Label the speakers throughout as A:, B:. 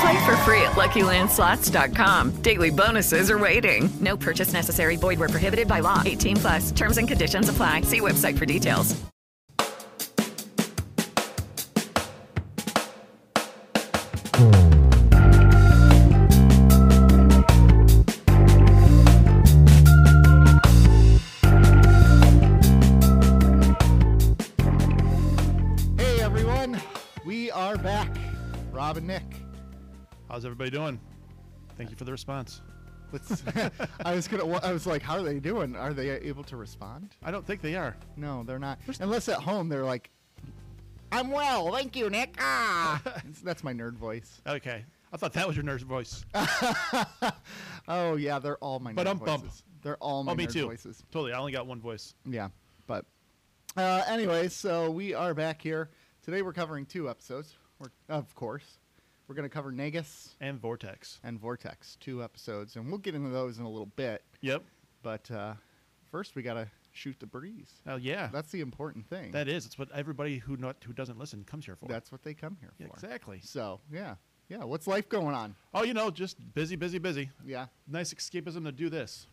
A: Play for free at LuckyLandSlots.com. Daily bonuses are waiting. No purchase necessary. Void where prohibited by law. 18 plus terms and conditions apply. See website for details.
B: Hey everyone, we are back. Rob and Nick.
C: How's everybody doing? Thank you for the response.
B: Let's. I was gonna. wa- I was like, how are they doing? Are they able to respond?
C: I don't think they are.
B: No, they're not. Unless at home they're like, I'm well, thank you, Nick. Ah, that's my nerd voice.
C: Okay. I thought that was your nurse voice.
B: Oh yeah, they're all my.
C: But
B: nerd
C: I'm bump.
B: voices. They're all my
C: oh, me
B: nerd
C: too.
B: voices.
C: Totally. I only got one voice.
B: Yeah, but. Uh, anyway, so we are back here today. We're covering two episodes. We're, of course, we're gonna cover Negus
C: And Vortex.
B: and Vortex, two episodes, and we'll get into those in a little bit.
C: Yep.
B: But uh, first, we gotta shoot the breeze.
C: Oh yeah.
B: That's the important thing.
C: that is. It's what everybody who not who doesn't listen comes here for.
B: That's what they come here
C: Yeah,
B: for.
C: exactly.
B: So yeah, yeah. What's life going on?
C: Oh, you know, just busy, busy, busy.
B: Yeah,
C: Nice escapism to do this.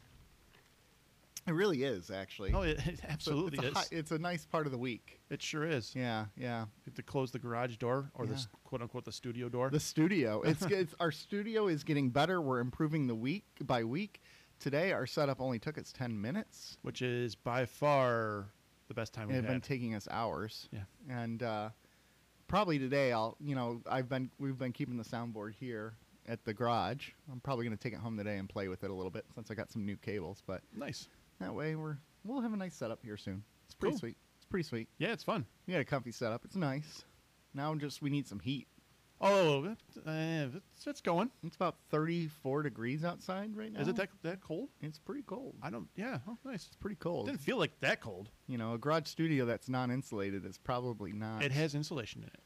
B: it really is actually.
C: Oh, it, it
B: It's a-
C: absolutely
B: it's a,
C: is.
B: hi- it's a nice part of the week.
C: it sure is.
B: Yeah, yeah.
C: You have to close the garage door or the
B: Yeah.
C: s- quote unquote the studio door.
B: The studio. It's, it's our studio is getting better. We're improving the week by week. Today, our setup only took us ten minutes.
C: which is by far the best time
B: It
C: we've
B: had been
C: had.
B: taking us hours.
C: Yeah.
B: And uh, probably today, I'll you know I've been we've been keeping the soundboard here at the garage. I'm probably going to take it home today and play with it a little bit since I got some new cables. But
C: nice.
B: That way we're we'll have a nice setup here soon. It's pretty
C: Cool.
B: sweet. It's pretty sweet.
C: Yeah, it's fun.
B: We got a comfy setup. It's nice. Now I'm just we need some heat.
C: Oh, it- uh, it's, it's going.
B: It's about 34 degrees outside right now.
C: Is it that that cold?
B: It's pretty cold.
C: I don't. Yeah. Oh, nice.
B: It's pretty cold.
C: Didn't feel like that cold.
B: You know, a garage studio that's non-insulated is probably not.
C: It has insulation in it.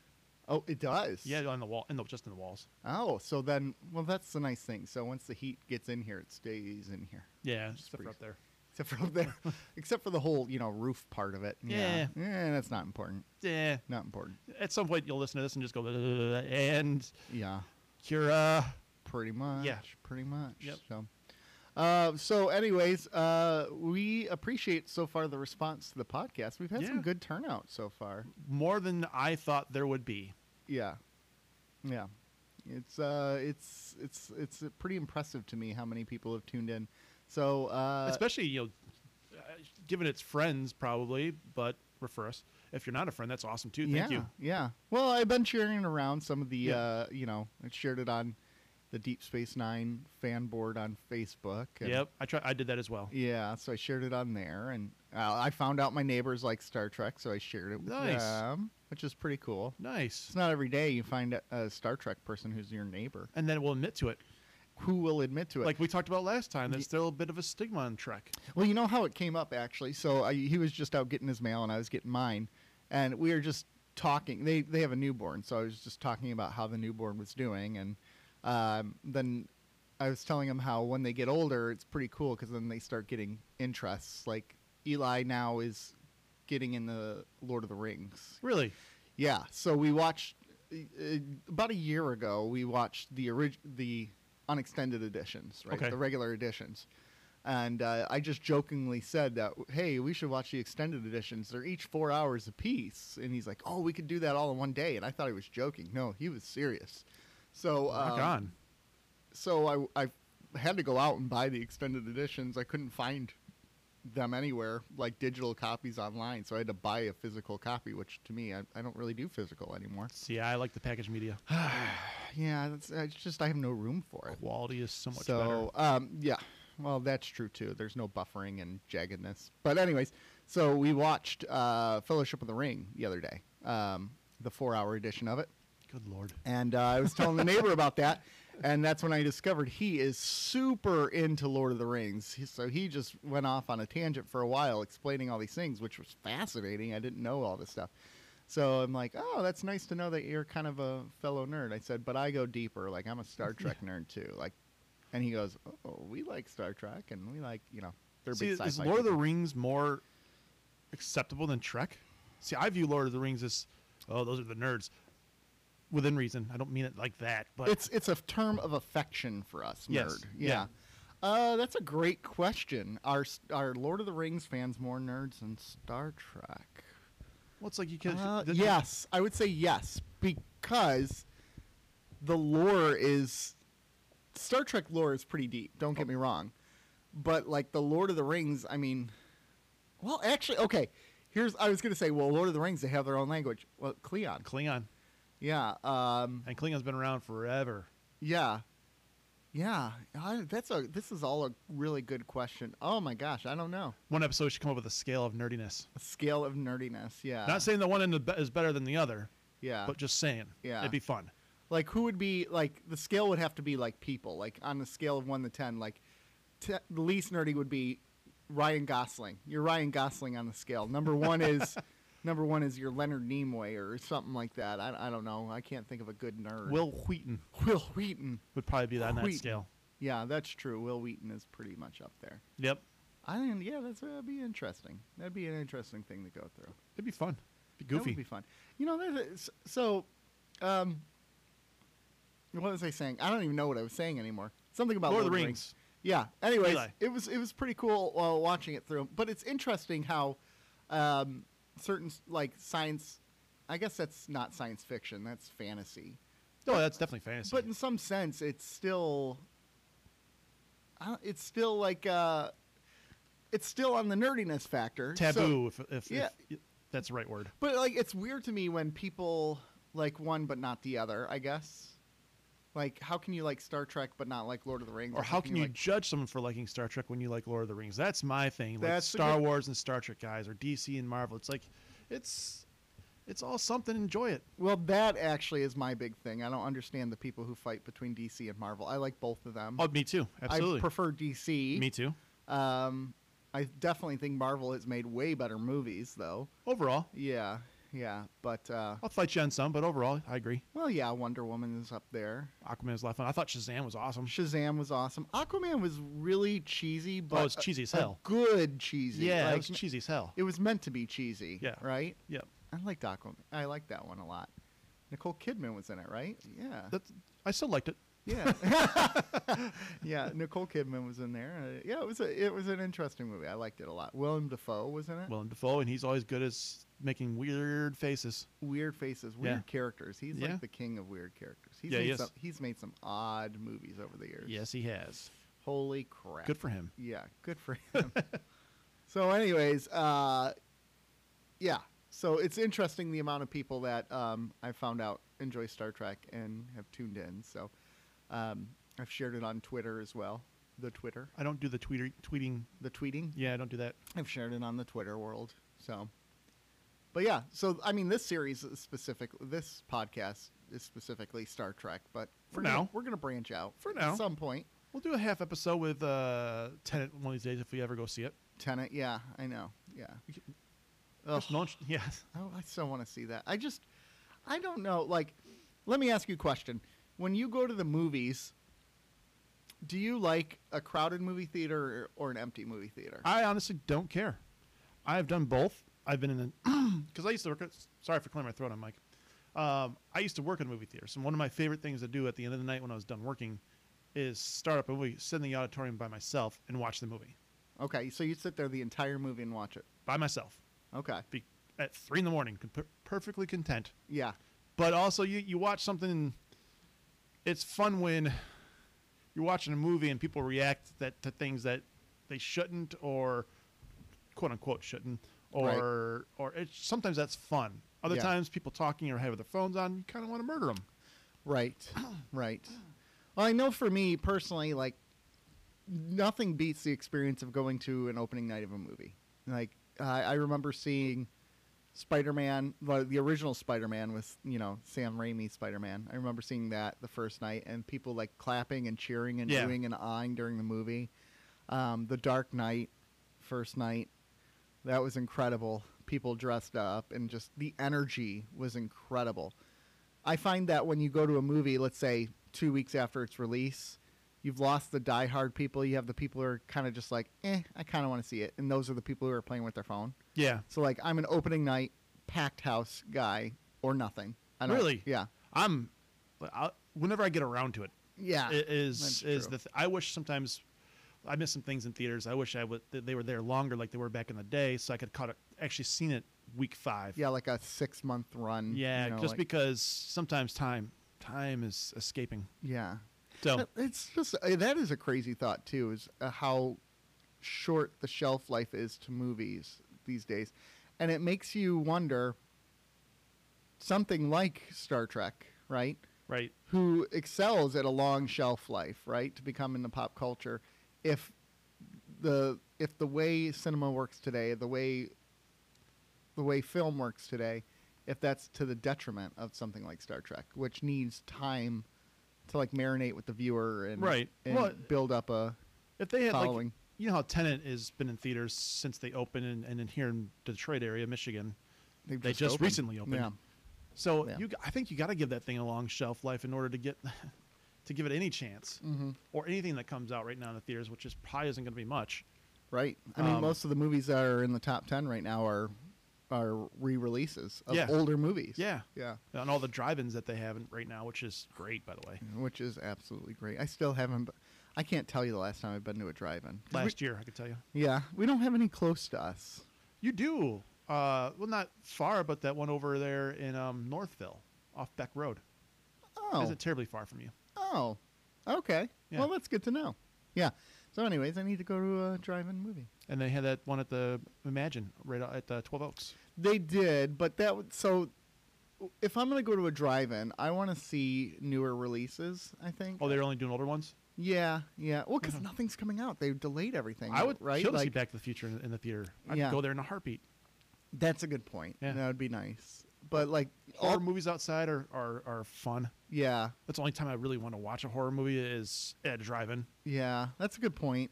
B: Oh, it does.
C: Yeah, on the wall, in the, just in the walls.
B: Oh, so then, well, that's the nice thing. So once the heat gets in here, it stays in here.
C: Yeah, just
B: pretty-
C: up there.
B: Except for up there, except for the whole you know roof part of it.
C: Yeah.
B: Yeah. Eh, that's not important.
C: Yeah.
B: Not important.
C: At some point, you'll listen to this and just go "Uh, and
B: Yeah.
C: Kira.
B: Pretty much.
C: Yeah.
B: Pretty much.
C: Yep.
B: So, uh, so anyways, uh, we appreciate so far the response to the podcast. We've had some
C: Yeah.
B: good turnout so far.
C: More than I thought there would be.
B: Yeah. Yeah. It's uh, it's it's it's uh, pretty impressive to me how many people have tuned in. So uh,
C: Especially you know, uh, given it's friends probably, but refer us if you're not a friend. That's awesome too.
B: yeah,
C: Thank you.
B: yeah. Well, I've been sharing around some of the
C: Yeah.
B: uh, you know, I shared it on the Deep Space Nine fan board on Facebook. and-
C: Yep. I try. I did that as well.
B: Yeah, so I shared it on there, and uh, I found out my neighbors like Star Trek, so I shared it with
C: Nice.
B: them, which is pretty cool.
C: Nice.
B: It's not every day you find a, a Star Trek person who's your neighbor
C: And then we'll admit to it,
B: who will admit to it.
C: like we talked about last time. There's still a bit of a stigma on Trek.
B: well, you know how it came up actually. So I, he was just out getting his mail, and I was getting mine, and we were just talking. They they have a newborn, so I was just talking about how the newborn was doing, and um, then I was telling him how when they get older, it's pretty cool because then they start getting interests. Like Eli now is getting in the Lord of the Rings.
C: Really?
B: Yeah. So we watched uh, uh, about a year ago. We watched the orig- the unextended editions, right?
C: Okay.
B: The regular editions. And uh, I just jokingly said that, hey, we should watch the extended editions. They're each four hours apiece. And he's like, oh, we could do that all in one day. And I thought he was joking. No, he was serious. So,
C: Rock
B: um,
C: on.
B: so I, I had to go out and buy the extended editions. I couldn't find them anywhere like digital copies online. So I had to buy a physical copy, which to me, I, I don't really do physical anymore.
C: See, I like the packaged media.
B: Yeah, that's, it's just I have no room for it.
C: Quality is so much
B: so um, yeah, well that's true too. There's no buffering and jaggedness. But anyways, so we watched uh, Fellowship of the Ring the other day, um, the four-hour edition of it.
C: better. Good lord.
B: And uh, I was telling the neighbor about that, and that's when I discovered he is super into Lord of the Rings. He- So he just went off on a tangent for a while, explaining all these things, which was fascinating. I didn't know all this stuff. So I'm like, oh, that's nice to know that you're kind of a fellow nerd. I said, but I go deeper. Like I'm a Star Trek nerd too. Like, and he goes, oh, we like Star Trek, and we like, you know, they're
C: See,
B: big sci-fi.
C: is Lord of the
B: people.
C: Rings more acceptable than Trek? See, I view Lord of the Rings as, oh, those are the nerds. Within reason. I don't mean it like that, but
B: it's it's a term of affection for us, nerd.
C: Yes,
B: Yeah. Uh, that's a great question. Are s- are Lord of the Rings fans more nerds than Star Trek?
C: well, it's like you can.
B: Uh,
C: the- the-
B: yes, I would say yes because the lore is Star Trek lore is pretty deep. Don't
C: Oh.
B: get me wrong, but like the Lord of the Rings, I mean, well, actually, okay. Here's I was gonna say, well, Lord of the Rings they have their own language. Well, Cleon,
C: Klingon.
B: yeah, um,
C: And Klingon's been around forever.
B: yeah. Yeah. I, that's a this is all a really good question. Oh my gosh, I don't know.
C: One episode should come up with a scale of nerdiness.
B: A scale of nerdiness, yeah.
C: Not saying the one end is better than the other,
B: Uh. yeah.
C: but just saying.
B: Yeah.
C: It'd be fun.
B: like who would be like the scale would have to be like people. Like on the scale of 1 to 10, like te- the least nerdy would be Ryan Gosling. You're Ryan Gosling on the scale. Number 1 is number 1 is your Leonard Nimoy or something like that. I, I don't know. I can't think of a good nerd.
C: Will Wheaton
B: Will Wheaton.
C: would probably be on that
B: Wheaton.
C: scale.
B: Yeah, that's true. Will Wheaton is pretty much up there.
C: Yep.
B: I think yeah, that's that'd be interesting. That'd be an interesting thing to go through.
C: It'd be fun. It'd be
B: That
C: goofy.
B: would be fun. You know, that is, so um, what was I saying? I don't even know what I was saying anymore. Something about
C: Lord of the
B: Rings.
C: Rings.
B: Yeah. Anyways,
C: Eli.
B: it was it was pretty cool uh, watching it through. But it's interesting how um, certain s- like science. I guess that's not science fiction. That's fantasy.
C: No, Oh, that's definitely fantasy.
B: But in some sense, it's still, I don't- it's still like, uh, it's still on the nerdiness factor. So-
C: taboo, if, if,
B: yeah.
C: if that's the right word.
B: but like, it's weird to me when people like one but not the other. I guess. Like, how can you like Star Trek but not like Lord of the Rings?
C: Or how can you
B: like-
C: judge someone for liking Star Trek when you like Lord of the Rings? That's my thing. Like
B: That's a
C: Star
B: good-
C: Wars and Star Trek guys, or DC and Marvel. It's like, it's, it's all something. Enjoy it.
B: Well, that actually is my big thing. I don't understand the people who fight between DC and Marvel. I like both of them.
C: Oh, me too. Absolutely.
B: I prefer DC.
C: me too.
B: Um, I definitely think Marvel has made way better movies, though.
C: Overall,
B: Yeah, yeah. But uh,
C: I'll fight you on some, but overall, I agree.
B: well, yeah, Wonder Woman is up there.
C: Aquaman is a lot of fun. I thought Shazam was awesome.
B: Shazam was awesome. Aquaman was really cheesy, but
C: Oh, it's cheesy as
B: a- a
C: hell.
B: good cheesy.
C: yeah,
B: like,
C: it was cheesy as hell.
B: It was meant to be cheesy.
C: Yeah.
B: Right.
C: yeah,
B: I liked Aquaman. I liked that one a lot. Nicole Kidman was in it, right? Yeah.
C: that's, I still liked it.
B: Yeah. yeah, Nicole Kidman was in there. Uh, yeah, it was a, it was an interesting movie. I liked it a lot. Willem Dafoe was in it.
C: Willem Dafoe, and he's always good as making weird faces.
B: weird faces, weird
C: Yeah.
B: characters. He's
C: Yeah.
B: like the king of weird characters. He's
C: Yeah,
B: made
C: he is.
B: some, he's made some odd movies over the years.
C: Yes, he has.
B: Holy crap.
C: Good for him.
B: Yeah, good for him. so anyways, uh yeah. So it's interesting the amount of people that um I found out enjoy Star Trek and have tuned in. So um I've shared it on Twitter as well. The Twitter.
C: I don't do the tweeter, tweeting.
B: the tweeting.
C: Yeah, I don't do that.
B: I've shared it on the Twitter world. So, but yeah, so I mean, this series is specific, this podcast is specifically Star Trek, but
C: For
B: we're gonna-
C: now.
B: we're gonna branch out
C: For now.
B: at some point.
C: We'll do a half episode with uh, Tenant one of these days if we ever go see it.
B: Tenant, yeah, I know, yeah.
C: Just launch- Yes.
B: Oh, I so want to see that. I just, I don't know. Like, let me ask you a question. When you go to the movies, do you like a crowded movie theater or, or an empty movie theater?
C: I honestly don't care. I've done both. I've been in an because I used to work. At, sorry for clearing my throat. I'm Mike. Um, I used to work in movie theaters, and one of my favorite things to do at the end of the night when I was done working is start up a movie, sit in the auditorium by myself, and watch the movie
B: okay, so you sit there the entire movie and watch it.
C: by myself.
B: Okay,
C: Be, at three in the morning, con- per- perfectly content.
B: yeah,
C: But also, you you watch something. And it's fun when you're watching a movie and people react that to things that they shouldn't or quote unquote shouldn't, or or it's, sometimes that's fun. Other
B: Yeah.
C: times, people talking or have their phones on, you kind of want to murder them.
B: Right. right. Well, I know for me personally, like nothing beats the experience of going to an opening night of a movie. Like I I remember seeing Spider-Man, the, the original Spider-Man with you know Sam Raimi Spider-Man. I remember seeing that the first night and people like clapping and cheering and
C: Yeah.
B: doing and eyeing during the movie. Um, the Dark Knight, first night, that was incredible. People dressed up and just the energy was incredible. I find that when you go to a movie, let's say two weeks after its release, you've lost the diehard people. You have the people who are kind of just like, eh, I kind of want to see it. And those are the people who are playing with their phone.
C: Yeah,
B: So, like, I'm an opening night, packed house guy or nothing. I don't,
C: Really?
B: Yeah.
C: I'm. i whenever I get around to it,
B: Yeah.
C: it is
B: that's
C: is
B: true.
C: the. Th- I wish sometimes I miss some things in theaters. I wish I would that they were there longer, like they were back in the day, so I could caught it, actually seen it week five.
B: Yeah, like a six month run.
C: yeah,
B: you know,
C: just
B: like-
C: because sometimes time time is escaping.
B: Yeah.
C: So
B: That- It's just, uh, that is a crazy thought, too, is uh, how short the shelf life is to movies these days. And it makes you wonder something like Star Trek, right?
C: right,
B: Who excels at a long shelf life, right? To become into pop culture. If the if the way cinema works today, the way the way film works today, if that's to the detriment of something like Star Trek, which needs time to like marinate with the viewer and
C: Right.
B: and
C: Well,
B: build up a
C: if they had like
B: Following.
C: you know how Tenant has been in theaters since they opened, and, and in here in Detroit area, Michigan,
B: They've
C: they
B: just
C: just,
B: opened.
C: recently opened.
B: Yeah.
C: So
B: Yeah.
C: you, g- I think you got to give that thing a long shelf life in order to get to give it any chance
B: Mm-hmm.
C: or anything that comes out right now in the theaters, which is probably isn't going to be much.
B: Right. I mean,
C: Um,
B: most of the movies that are in the top ten right now are are re-releases of
C: Yeah.
B: older movies.
C: Yeah,
B: yeah,
C: and all the drive-ins that they have in- right now, which is great, by the way.
B: which is absolutely great. I still haven't. b- I can't tell you the last time I've been to a drive-in. 'Cause
C: Last year, I could tell you,
B: we, yeah, we don't have any close to us.
C: you do. Uh, well, not far, but that one over there in um, Northville, off Beck Road,
B: Oh,
C: isn't terribly far from you.
B: oh, okay.
C: Yeah.
B: Well, that's good to know. Yeah. So, anyways, I need to go to a drive-in movie.
C: And they had that one at the Imagine right out at the Twelve Oaks.
B: They did, but that would so. If I'm going to go to a drive-in, I want to see newer releases. I think.
C: Oh, they're only doing older ones.
B: Yeah, yeah. Well, because nothing's coming out. They delayed everything.
C: I would
B: right.
C: kill to see
B: Like,
C: Back to the Future in, in the theater. I'd
B: Yeah.
C: go there in a heartbeat.
B: That's a good point.
C: Yeah.
B: That would be nice. But like,
C: Horror
B: all,
C: movies outside are, are, are fun.
B: yeah,
C: That's the only time I really want to watch a horror movie is at driving.
B: yeah. That's a good point.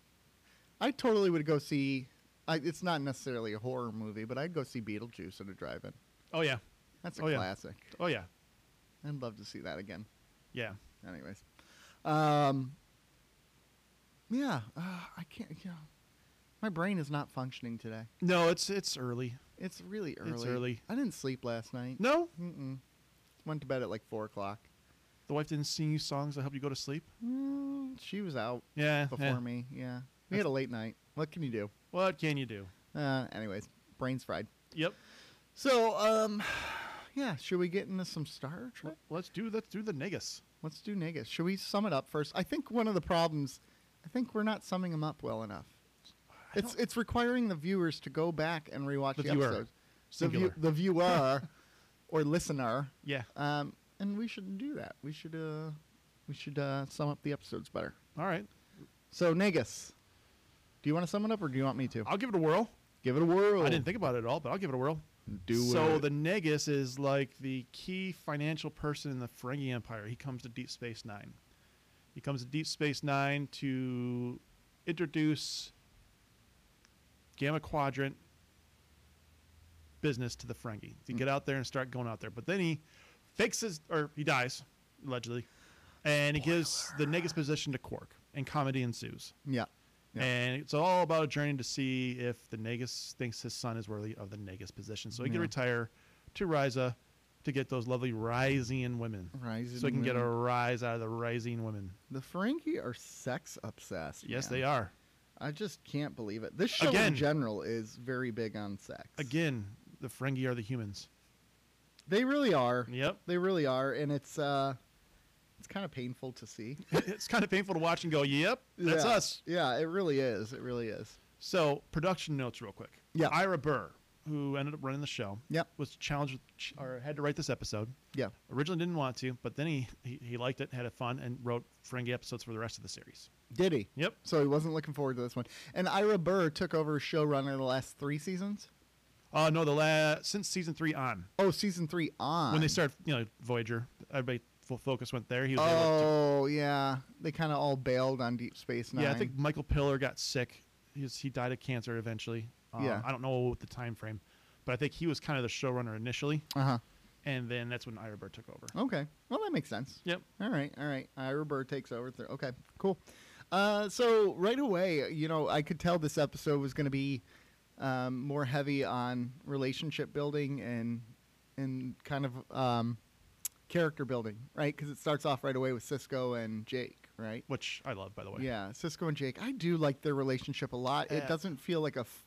B: I totally would go see. I, it's not necessarily a horror movie, but I'd go see Beetlejuice at a drive-in.
C: Oh yeah,
B: That's a
C: Oh, yeah.
B: classic.
C: oh yeah,
B: I'd love to see that again.
C: yeah.
B: Anyways, um, yeah. Uh, I can't. You know, my brain is not functioning today.
C: No, it's it's early.
B: It's really early.
C: early.
B: I didn't sleep last night.
C: No,
B: Mm-mm. Went to bed at like four o'clock.
C: the wife didn't sing you songs that help you go to sleep.
B: Mm, she was out
C: Yeah,
B: before
C: yeah.
B: me. Yeah, we had a late night. What can you do?
C: What can you do?
B: Uh, anyways, brains fried.
C: Yep.
B: So, um, yeah, should we get into some Star Trek?
C: Let's do let's do the negus.
B: Let's do Negus. Should we sum it up first? I think one of the problems, I think we're not summing them up well enough. It's it's requiring the viewers to go back and rewatch
C: The
B: the,
C: viewer.
B: episodes. The, view,
C: Singular.
B: the viewer or listener.
C: Yeah.
B: Um, and we shouldn't do that. We should uh, we should uh, sum up the episodes better.
C: All right.
B: So Negus, do you want to sum it up or do you want me to?
C: I'll give it a whirl.
B: Give it a whirl.
C: I didn't think about it at all, but I'll give it a whirl.
B: Do
C: so
B: it.
C: the Negus is like the key financial person in the Ferengi Empire. He comes to Deep Space Nine. He comes to Deep Space Nine to introduce Gamma Quadrant business to the Ferengi to
B: Hmm.
C: get out there and start going out there. But then he fakes his or he dies allegedly, and he gives the Negus position to Quark, and comedy ensues.
B: Yeah. Yeah.
C: And it's all about a journey to see if the Negus thinks his son is worthy of the Negus position. So he can retire to Riza to get those lovely Rizian women.
B: Risean
C: so he can get a
B: women.
C: rise out of the Rizian women.
B: The Ferengi are sex obsessed.
C: Yes,
B: man.
C: they are.
B: I just can't believe it. This show
C: Again.
B: in general is very big on sex.
C: Again, the Ferengi are the humans.
B: They really are.
C: Yep.
B: They really are, and it's uh, it's kind of painful to see.
C: it's kind of painful to watch and go, yep, that's
B: Yeah.
C: us.
B: Yeah, it really is. It really is.
C: So, production notes, real quick.
B: Yeah.
C: Ira Burr, who ended up running the show,
B: Yeah.
C: was challenged with, ch- or had to write this episode.
B: Yeah.
C: Originally didn't want to, but then he, he, he liked it, had a fun, and wrote Ferengi episodes for the rest of the series.
B: Did he?
C: Yep.
B: So he wasn't looking forward to this one. And Ira Burr took over showrunner the last three seasons.
C: Uh, no, the last since season three on,
B: Oh, season three on.
C: when they started, you know, Voyager, everybody full focus went there. He was able to-
B: Oh yeah, they kind of all bailed on Deep Space Nine.
C: yeah. I think Michael Piller got sick. He, was, he died of cancer eventually. Um,
B: Yeah.
C: I don't know the time frame, but I think he was kind of the showrunner initially,
B: Uh huh.
C: and then that's when Ira Burr took over.
B: Okay. Well, that makes sense.
C: Yep.
B: All right. All right. Ira Burr takes over. Th- okay. Cool. Uh, so right away, you know, I could tell this episode was going to be um, more heavy on relationship building and and kind of um, character building, right? Because it starts off right away with Cisco and Jake, right?
C: which I love, by the way.
B: Yeah, Cisco and Jake. I do like their relationship a lot.
C: Yeah.
B: It doesn't feel like a, f-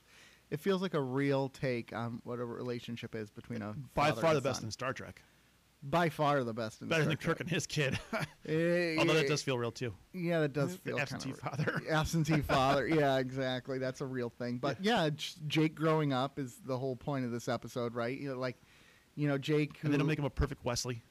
B: it feels like a real take on what a relationship is between a
C: by
B: father
C: far
B: and
C: the best
B: son.
C: in Star Trek.
B: by far the best in
C: Better
B: Star
C: than Kirk
B: Trek.
C: and his kid.
B: Eh,
C: Although
B: yeah,
C: that does feel real too.
B: yeah, that does
C: The
B: feel
C: absentee
B: kinda-
C: father.
B: absentee father. Yeah, exactly. That's a real thing. But yeah, J- Jake growing up is the whole point of this episode, right? You know, like, you know, Jake. Who,
C: And then it'll make him a perfect Wesley.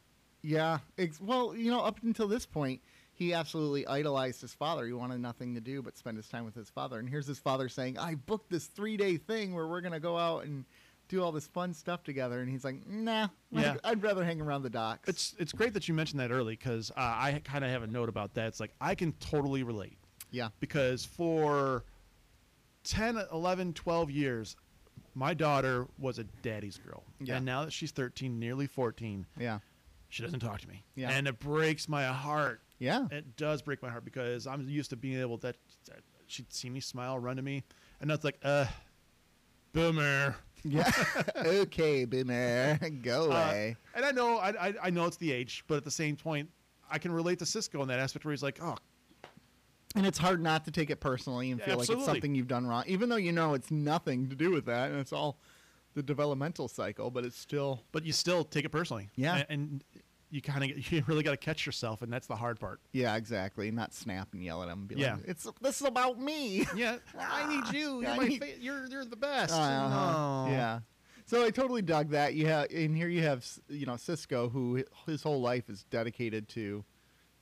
B: Yeah. Ex- well, you know, up until this point, he absolutely idolized his father. He wanted nothing to do but spend his time with his father. And here's his father saying, I booked this three day thing where we're going to go out and do all this fun stuff together. And he's like, nah,
C: Yeah.
B: I'd, I'd rather hang around the docks.
C: It's it's great that you mentioned that early because uh, I kind of have a note about that. It's like I can totally relate
B: yeah.
C: because for 10, 11, 12 years, my daughter was a daddy's girl.
B: Yeah.
C: And now that she's 13, nearly 14,
B: Yeah.
C: she doesn't talk to me.
B: Yeah.
C: And it breaks my heart.
B: Yeah.
C: It does break my heart because I'm used to being able that, that she'd see me smile, run to me, and that's like, uh, boomer.
B: Yeah. okay, boomer. Go
C: Uh,
B: away.
C: and I know, I, I, I know it's the age, but at the same point, I can relate to Cisco in that aspect where he's like, oh,
B: and it's hard not to take it personally and
C: Yeah,
B: feel like
C: absolutely.
B: it's something you've done wrong, even though you know it's nothing to do with that. And it's all the developmental cycle, but it's still.
C: but you still take it personally.
B: Yeah.
C: A- And, you kind of, you really got to catch yourself, and that's the hard part.
B: Yeah, exactly. Not snap and yell at him. and Be
C: Yeah.
B: like, it's this is about me.
C: Yeah, I need you. You're
B: I
C: my
B: need-
C: fa- you're you're the best.
B: Uh-huh.
C: No.
B: Yeah. So I totally dug that. You have, and here you have, S- you know, Cisco, who his whole life is dedicated to,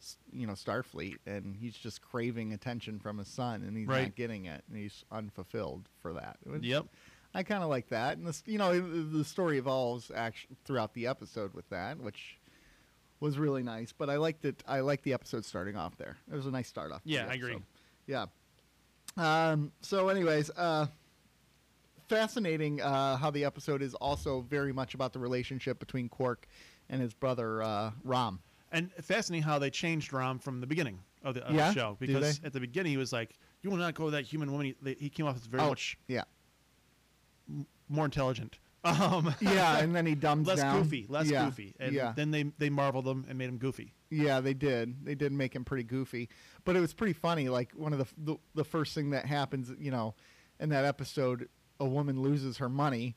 B: s- you know, Starfleet, and he's just craving attention from his son, and he's
C: Right.
B: not getting it, and he's unfulfilled for that. which
C: Yep.
B: I kind of like that, and this, you know, the the story evolves actually throughout the episode with that, which was really nice. But I liked it. I liked the episode starting off there. It was a nice start off. to
C: Yeah,
B: the
C: I agree.
B: episode. Yeah. Um, so, anyways, uh, fascinating uh, how the episode is also very much about the relationship between Quark and his brother uh, Rom.
C: And fascinating how they changed Rom from the beginning of the, of the
B: Yeah,
C: show
B: do
C: because
B: they?
C: at the beginning he was like, "You will not go with that human woman." He, they- he came off as
B: Oh.
C: very much
B: yeah,
C: more intelligent, um,
B: yeah, and then he dumbs
C: less
B: down.
C: goofy, less
B: Yeah,
C: goofy. And
B: yeah.
C: then they they marveled him and made him goofy.
B: Yeah, they did. They did make him pretty goofy, but it was pretty funny. Like one of the the, the first thing that happens, you know, in that episode, a woman loses her money,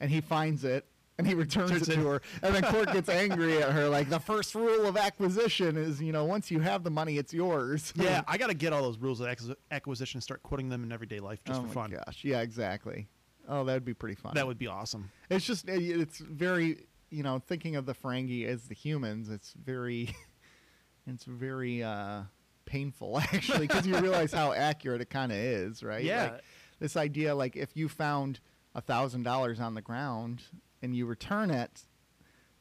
B: and he finds it. And he returns it
C: Turns
B: to
C: it-
B: her, and then Court gets angry at her. Like the first rule of acquisition is, you know, once you have the money, it's yours.
C: Yeah, I got to get all those rules of acquis- acquisition. and Start quoting them in everyday life just
B: oh
C: for
B: my
C: fun.
B: gosh. Yeah, exactly. Oh, that would be pretty fun.
C: That would be awesome.
B: It's just it- it's very you know thinking of the Ferengi as the humans. It's very it's very uh, painful actually because you realize how accurate it kind of is, right?
C: Yeah.
B: Like, this idea like if you found a thousand dollars on the ground and you return it.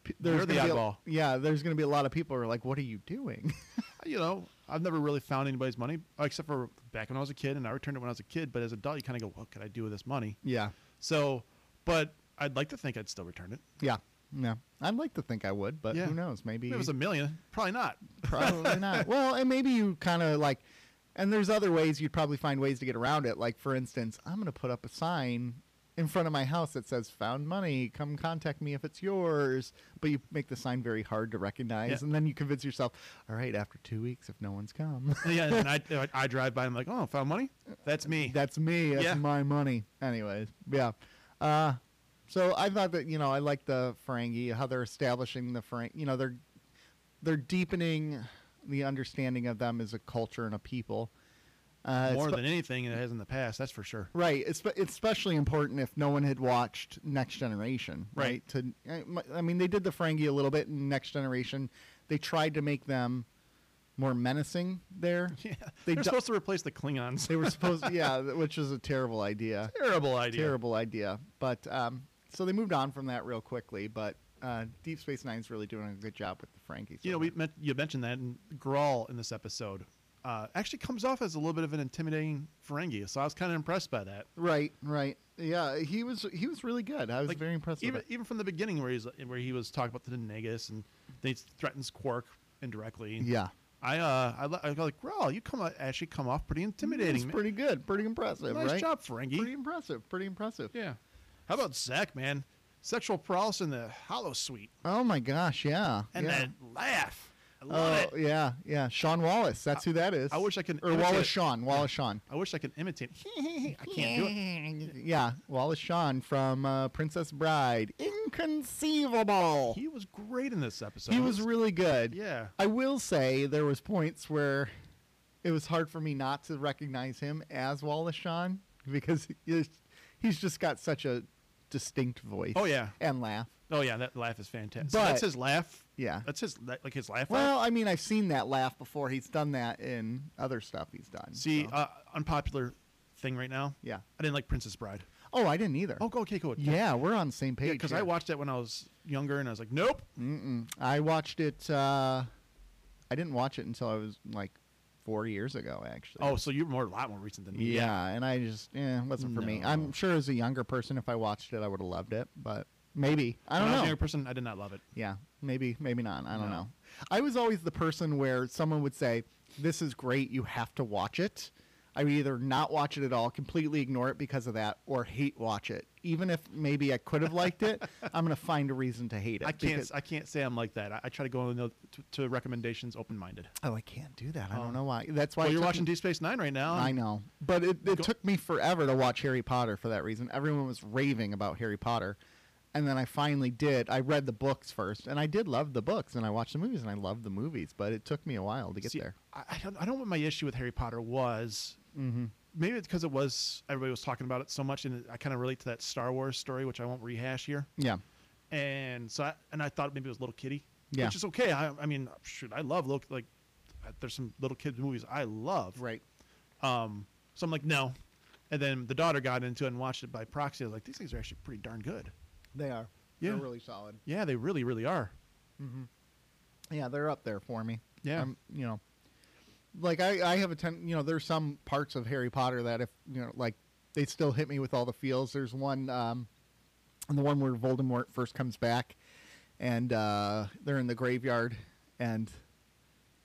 B: p-
C: You're the
B: gonna be a-
C: oddball.
B: yeah, there's going to be a lot of people who are like, "What are you doing?"
C: you know, I've never really found anybody's money except for back when I was a kid, and I returned it when I was a kid. But as an adult, you kind of go, "What could I do with this money?"
B: yeah,
C: So, but I'd like to think I'd still return it.
B: yeah, no. I'd like to think I would, but
C: Yeah.
B: who knows? Maybe
C: If it was a million, probably not.
B: Probably not. Well, and maybe you kind of like, and there's other ways you'd probably find ways to get around it. Like, for instance, I'm going to put up a sign in front of my house that says, Found money, come contact me if it's yours. But you make the sign very hard to recognize.
C: Yeah.
B: And then you convince yourself, All right, after two weeks, if no one's come,
C: And yeah, and I, I, I drive by. I'm like, "Oh, found money? That's me."
B: that's me. That's
C: Yeah.
B: my money. Anyways, yeah. Uh, so I thought that, you know, I like the Ferengi, how they're establishing the Ferengi, you know, they're they're deepening the understanding of them as a culture and a people. Uh,
C: more
B: it's-
C: than anything it has in the past. That's for sure.
B: Right. It's spe- it's especially important if no one had watched Next Generation.
C: Right.
B: Right. To I m- I mean, they did the Ferengi a little bit in Next Generation. They tried to make them more menacing there.
C: Yeah,
B: They
C: they are
B: do-
C: supposed to replace the Klingons.
B: They were supposed. yeah, th- which is a terrible idea.
C: terrible idea.
B: Terrible idea. But um, so they moved on from that real quickly. But uh, Deep Space Nine's really doing a good job with the Ferengi.
C: You
B: so
C: know, we
B: far.
C: met, you mentioned that, and Grawl in this episode uh, actually comes off as a little bit of an intimidating Ferengi. So I was kind of impressed by that.
B: Right. Right. Yeah. He was. He was really good. I was very impressed.
C: Even,
B: with it.
C: even from the beginning, where he's where he was talking about the Negus and they threatens Quark indirectly.
B: Yeah.
C: I uh, I, li- I go like, Grawl, you come out, actually come off pretty intimidating.
B: It's
C: man.
B: pretty good. Pretty impressive.
C: nice
B: right?
C: job, Ferengi.
B: Pretty impressive. Pretty impressive.
C: yeah. How about Zach, man? Sexual prowess in the Hollow Suite,
B: Oh my gosh, yeah.
C: and
B: yeah.
C: that laugh. I love it.
B: Oh yeah, yeah. Sean Wallace, that's who that is.
C: I wish I could
B: Or
C: imitate
B: Wallace
C: it.
B: Shawn. Wallace Shawn.
C: I wish I could imitate. I can't do it.
B: Yeah, Wallace Shawn from uh, Princess Bride. Inconceivable.
C: He was great in this episode.
B: He was really good.
C: Yeah.
B: I will say there was points where it was hard for me not to recognize him as Wallace Shawn because he- he's just got such a distinct voice.
C: Oh, yeah.
B: And laugh.
C: Oh yeah, that laugh is fantastic.
B: But-
C: that's his laugh.
B: Yeah.
C: that's his la- like his laugh.
B: Well,
C: laugh.
B: I mean, I've seen that laugh before. He's done that in other stuff he's done.
C: see,
B: so.
C: uh, unpopular thing right now.
B: Yeah.
C: I didn't like Princess Bride.
B: oh, I didn't either.
C: Oh, go okay, go.
B: Yeah, we're on the same page.
C: because I
B: here.
C: watched that when I was younger, and I was like, nope.
B: Mm-hmm. I watched it. Uh, I didn't watch it until I was like four years ago, actually.
C: Oh, so you're more a lot more recent than me.
B: yeah, and I just eh, it wasn't for me. I'm sure as a younger person, if I watched it, I would have loved it, but maybe I
C: When I
B: don't
C: was a
B: know.
C: younger person, I did not love it.
B: Yeah, maybe, maybe not. I don't
C: No.
B: know. I was always the person where someone would say, "This is great. You have to watch it." I would either not watch it at all, completely ignore it because of that, or hate watch it. Even if maybe I could have liked it, I'm going to find a reason to hate it.
C: I can't.
B: because-
C: I can't say I'm like that. I, I try to go in the, to, to recommendations open minded.
B: oh, I can't do that. I don't know why. That's why
C: Well,
B: it
C: you're
B: took
C: watching
B: me-
C: Deep Space Nine right now.
B: I
C: and
B: know, but it, it took me forever to watch Harry Potter for that reason. Everyone was raving about Harry Potter, and then I finally did. I read the books first, and I did love the books, and I watched the movies, and I loved the movies. But it took me a while to get
C: See,
B: there.
C: I, I don't. I don't know what my issue with Harry Potter was. Mm-hmm. Maybe it's because it was everybody was talking about it so much, and I kind of relate to that Star Wars story, which I won't rehash here.
B: Yeah,
C: and so I, and I thought maybe it was Little Kitty,
B: Yeah.
C: which is okay. I, I mean, shoot, I love little like uh, there's some little kids movies I love,
B: right.
C: Um, so I'm like no, and then the daughter got into it and watched it by proxy. I was like, these things are actually pretty darn good.
B: They are.
C: Yeah.
B: They're really solid.
C: Yeah, they really, really are.
B: Yeah, they're up there for me.
C: Yeah.
B: I'm, you know, like I, I have a ten. You know, there's some parts of Harry Potter that if you know, like they still hit me with all the feels. There's one, um, the one where Voldemort first comes back, and uh, they're in the graveyard, and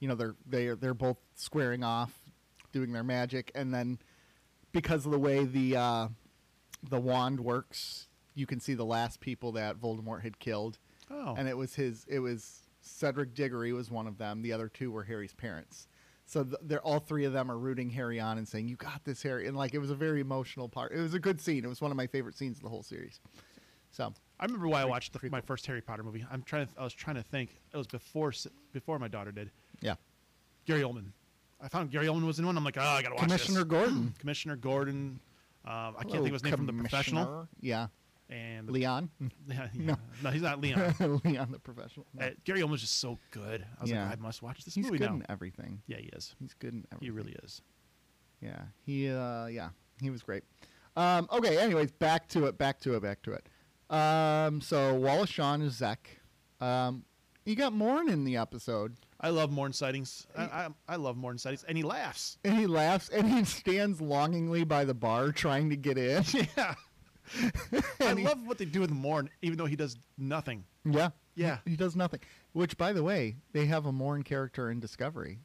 B: you know they're they are, they're both squaring off, doing their magic, and then because of the way the uh, the wand works, you can see the last people that Voldemort had killed.
C: Oh.
B: and it was his. It was Cedric Diggory was one of them. The other two were Harry's parents. So th- they're all three of them are rooting Harry on and saying, "You got this, Harry." And like it was a very emotional part. It was a good scene. It was one of my favorite scenes of the whole series. So
C: I remember why I watched the, my first Harry Potter movie. I'm trying. To, I was trying to think. It was before s- before my daughter did.
B: yeah,
C: Gary Oldman. I found Gary Oldman was in one. I'm like, oh, I gotta watch this.
B: Commissioner Gordon.
C: Commissioner Gordon. Um, I can't think of his name from The Professional.
B: Yeah,
C: And the-
B: Leon.
C: Yeah, yeah. No. he's not Leon.
B: Leon the professional. No.
C: Uh, Gary Oldman's just so good. I was
B: Yeah.
C: like, I must watch this
B: He's
C: movie
B: good
C: now.
B: in everything.
C: yeah, he is.
B: He's good in
C: He
B: everything.
C: really is.
B: Yeah, he uh, yeah, he was great. Um, okay, anyways, back to it, back to it, back to it. Um, so Wallace Shawn is Zek. Um, you got Morn in the episode,
C: I love Morn sightings. I, I, I love Morn sightings, and he laughs.
B: and he laughs and he stands longingly by the bar trying to get in.
C: Yeah, I love what they do with Morn, even though he does nothing.
B: yeah,
C: Yeah.
B: he, he does nothing. Which, by the way, they have a Morn character in Discovery,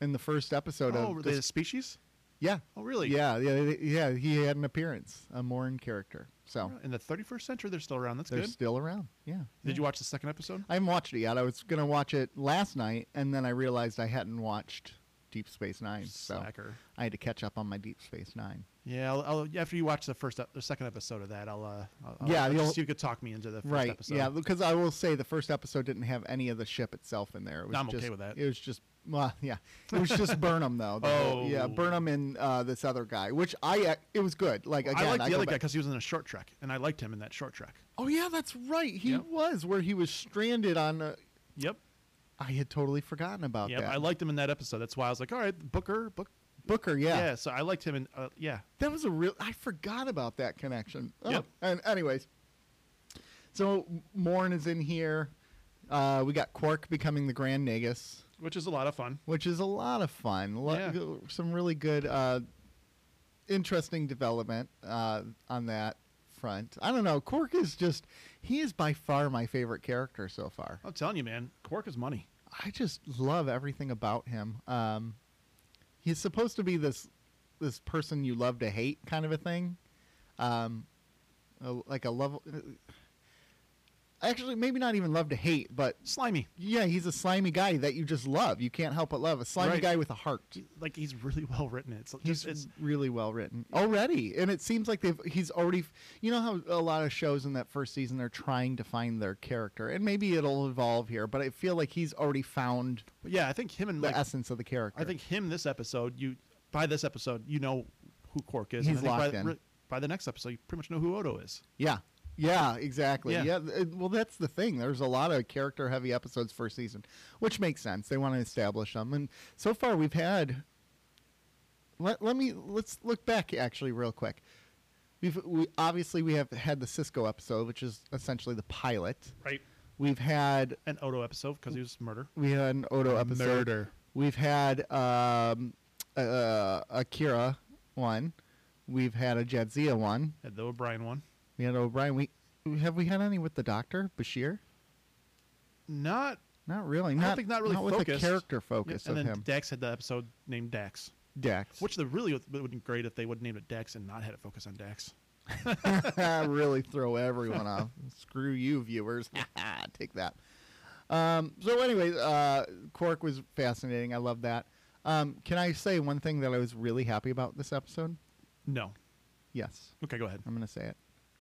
B: in the first episode
C: Oh,
B: of
C: the
B: Dis-
C: species
B: yeah.
C: Oh, really?
B: Yeah, yeah, yeah. He had an appearance, a Morn character. So
C: in the 31st century, they're still around. That's
B: they're
C: good.
B: still around. Yeah.
C: Did you watch the second episode?
B: I haven't watched it yet. I was gonna watch it last night, and then I realized I hadn't watched Deep Space Nine. So
C: Slacker.
B: I had to catch up on my Deep Space Nine.
C: Yeah, I'll, I'll, after you watch the first, ep- the second episode of that, I'll, uh, I'll- I'll
B: Yeah,
C: I'll
B: you'll-
C: see if you could talk me into the first
B: right.
C: episode.
B: Yeah, because I will say the first episode didn't have any of the ship itself in there. It was
C: I'm okay
B: just,
C: with that.
B: It was just well, yeah. It was just Burnham though. the whole- yeah,
C: Oh.
B: Burnham and uh, this other guy, which I uh, it was good. Like again,
C: I like the
B: go
C: other guy
B: back-
C: because he was in a short trek, and I liked him in that short trek.
B: Oh yeah, that's right. He
C: Yep.
B: was where he was stranded on. A,
C: Yep.
B: I had totally forgotten about
C: Yep.
B: that.
C: I liked him in that episode. That's why I was like, all right, Booker, book.
B: Booker.
C: Yeah.
B: Yeah.
C: so I liked him in. Uh, yeah.
B: That was a real. I forgot about that connection. Oh,
C: Yep.
B: And anyways, so Morn is in here. Uh, we got Quark becoming the Grand Nagus,
C: Which is a lot of fun.
B: which is a lot of fun. Lo-
C: Yeah.
B: Some really good, uh, interesting development uh, on that front. I don't know. Quark is just. He is by far my favorite character so far.
C: I'm telling you, man, Quark is money.
B: I just love everything about him. Um, he's supposed to be this this person you love to hate kind of a thing, um, a- like a love. Actually, maybe not even love to hate, but
C: Slimy.
B: yeah, he's a slimy guy that you just love. You can't help but love a slimy
C: Right.
B: guy with a heart.
C: Like he's really well written. It's
B: He's
C: just it's
B: really well written already, and it seems like they've he's already. You know how a lot of shows in that first season they're trying to find their character, and maybe it'll evolve here. But I feel like he's already found
C: yeah. I think him and
B: the
C: like,
B: essence of the character.
C: I think him this episode. You by this episode, you know who Quark is. and
B: He's
C: I think
B: locked
C: by,
B: in.
C: re- by the next episode, you pretty much know who Odo is.
B: Yeah. Yeah, exactly.
C: Yeah.
B: Yeah. th- Well, that's the thing. There's a lot of character heavy episodes first season, which makes sense. They want to establish them. And so far we've had let, let me let's look back actually real quick. We've we obviously we have had the Cisco episode, which is essentially the pilot.
C: Right.
B: We've had
C: An Odo episode because he was murder.
B: we had an Odo episode.
C: Murder.
B: We've had um uh, Akira one. We've had a Jadzia one.
C: Had the O'Brien one.
B: We had O'Brien. We have we had any with the doctor Bashir?
C: Not.
B: Not really.
C: I
B: Not,
C: don't think not really
B: not
C: focused.
B: with the character
C: Yep,
B: focus
C: And
B: of
C: then
B: him.
C: Dax had the episode named Dax.
B: Dex,
C: Which the really would have been great if they would name it Dax and not had it focus on Dax.
B: really throw everyone off. Screw you, viewers. Take that. Um, so anyway, uh, Quark was fascinating. I love that. Um, can I say one thing that I was really happy about this episode?
C: No.
B: Yes,
C: Okay, go ahead.
B: I'm going to say it.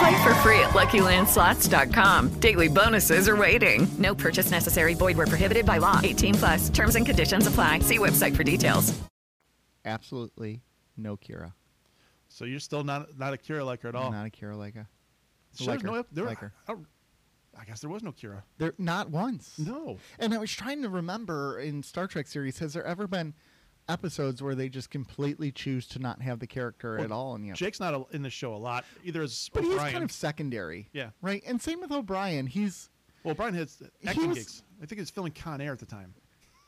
A: Play for free at LuckyLandSlots.com. Daily bonuses are waiting. No purchase necessary. Void were prohibited by law. 18 plus. Terms and conditions apply. See website for details.
B: Absolutely no Kira.
C: So you're still not not a Kira liker at all.
B: Not a Kira Leica.
C: Should
B: like her.
C: no, there,
B: Like her.
C: I, I guess there was no Kira.
B: There, not once.
C: No.
B: And I was trying to remember in Star Trek series, has there ever been episodes where they just completely choose to not have the character at all in the episode?
C: Jake's not a, in the show a lot either. As
B: But he's
C: O'Brien.
B: kind of secondary.
C: Yeah.
B: Right. And same with O'Brien. He's
C: well, Brian has acting
B: was-
C: gigs. I think he was filming Con Air at the time.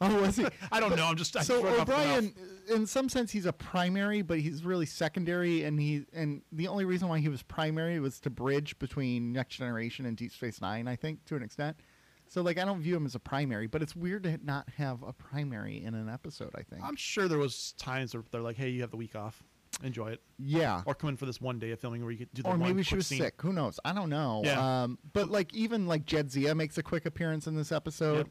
B: oh, was he?
C: I don't know. I'm just I
B: so
C: throwing off the mouth.
B: O'Brien, uh, in some sense, he's a primary, but he's really secondary. And he and the only reason why he was primary was to bridge between Next Generation and Deep Space Nine, I think, to an extent. So like, I don't view him as a primary, but it's weird to not have a primary in an episode. I think.
C: I'm sure there was times where they're like, "Hey, you have the week off, enjoy it,"
B: yeah.
C: or come in for this one day of filming where you could do the
B: or
C: one
B: maybe she
C: quick
B: was
C: scene.
B: sick. Who knows? I don't know.
C: Yeah.
B: Um, but like even like Jedzia makes a quick appearance in this episode.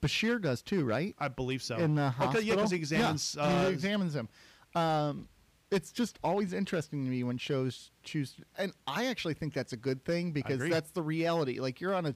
B: Bashir does too, right?
C: I believe so.
B: In the
C: Okay,
B: hospital.
C: yeah, because he examines.
B: Yeah,
C: uh,
B: he examines him. Um, it's just always interesting to me when shows choose, and I actually think that's a good thing because
C: agree.
B: that's the reality. Like you're on a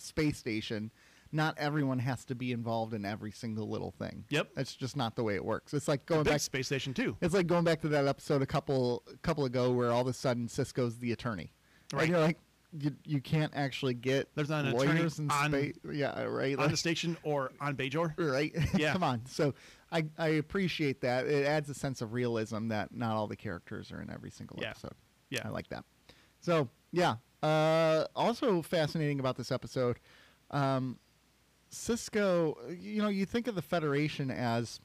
B: space station. Not everyone has to be involved in every single little thing.
C: Yep.
B: That's just not the way it works. It's like going
C: big
B: back
C: space station too.
B: it's like going back to that episode a couple couple ago where all of a sudden Cisco's the attorney,
C: Right.
B: And you're like, you, you can't actually get
C: There's not an attorney
B: lawyers in
C: on-
B: space. Yeah, right.
C: on
B: like-
C: the station or on Bajor.
B: right.
C: Yeah.
B: Come on. So I I appreciate that. It adds a sense of realism that not all the characters are in every single
C: Yeah.
B: episode.
C: Yeah.
B: I like that. So yeah. Uh, also fascinating about this episode, um, Cisco. You know, you think of the Federation as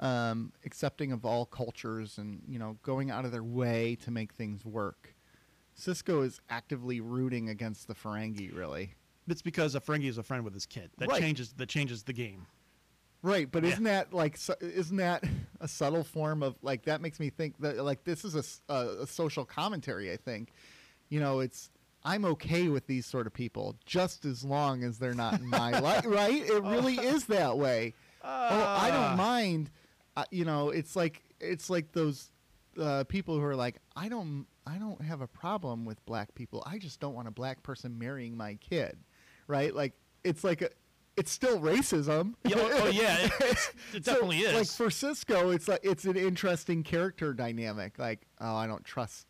B: um, accepting of all cultures and you know going out of their way to make things work. Cisco is actively rooting against the Ferengi, really.
C: It's because a Ferengi is a friend with his kid. That
B: Right.
C: changes that changes the game.
B: Right, but
C: Yeah.
B: isn't that like su- isn't that a subtle form of like that makes me think that like this is a s- a- a social commentary. I think, you know, it's I'm okay with these sort of people just as long as they're not in my life. Right? It really is that way. oh, I don't mind. Uh, you know, it's like it's like those uh, people who are like, I don't I don't have a problem with black people. I just don't want a black person marrying my kid. Right? Like it's like a, it's still racism.
C: Yeah, oh, oh, yeah, it, it's- it
B: So,
C: definitely is.
B: Like for Cisco, it's like it's an interesting character dynamic. Like, oh, I don't trust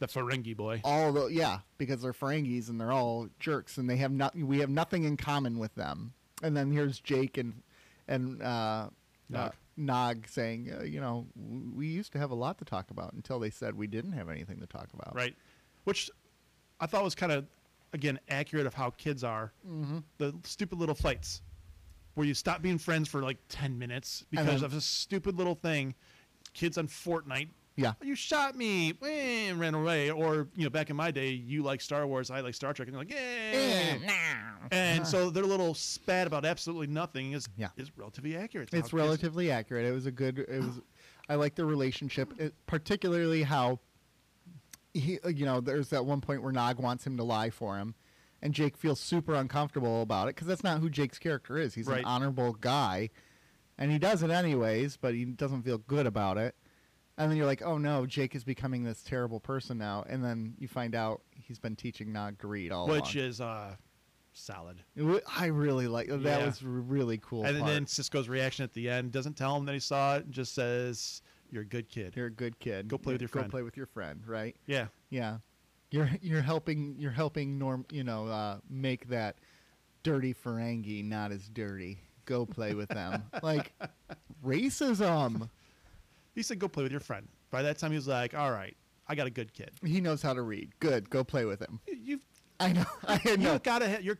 C: the Ferengi boy.
B: all the yeah because they're Ferengis and they're all jerks and they have not we have nothing in common with them. And then here's Jake and and uh, Nog. Uh,
C: Nog.
B: Nog saying, uh, you know, w- we used to have a lot to talk about until they said we didn't have anything to talk about.
C: right? Which I thought was kind of again accurate of how kids are. Mm-hmm. The stupid little fights where you stop being friends for like ten minutes because
B: then-
C: of a stupid little thing. Kids on Fortnite.
B: Yeah.
C: You shot me eh, and ran away. Or, you know, back in my day, you like Star Wars, I like Star Trek. And they're like, yeah. And so their little spat about absolutely nothing is
B: Yeah.
C: is relatively accurate.
B: It's
C: how kids-
B: relatively accurate. It was a good. It was. I like the relationship, it, particularly how. He, you know, there's that one point where Nog wants him to lie for him, and Jake feels super uncomfortable about it because that's not who Jake's character is. He's
C: Right.
B: an honorable guy, and he does it anyways, but he doesn't feel good about it. And then you're like, oh no, Jake is becoming this terrible person now. And then you find out he's been teaching Nog to read all
C: Which
B: along.
C: is uh, solid.
B: It wa- I really like that.
C: Yeah.
B: Was a really cool.
C: and
B: part.
C: then Cisco's reaction at the end doesn't tell him that he saw it, just says, "You're a good kid."
B: You're a good kid.
C: Go play with your
B: Go
C: friend.
B: play with your friend, right?
C: yeah,
B: Yeah. You're you're helping you're helping Norm, you know, uh, make that dirty Ferengi not as dirty. Go play with them. like racism.
C: he said, "Go play with your friend." By that time, he was like, "All right, I got a good kid."
B: He knows how to read. Good. Go play with him.
C: You've
B: I know. I
C: you
B: know.
C: have gotta ha- your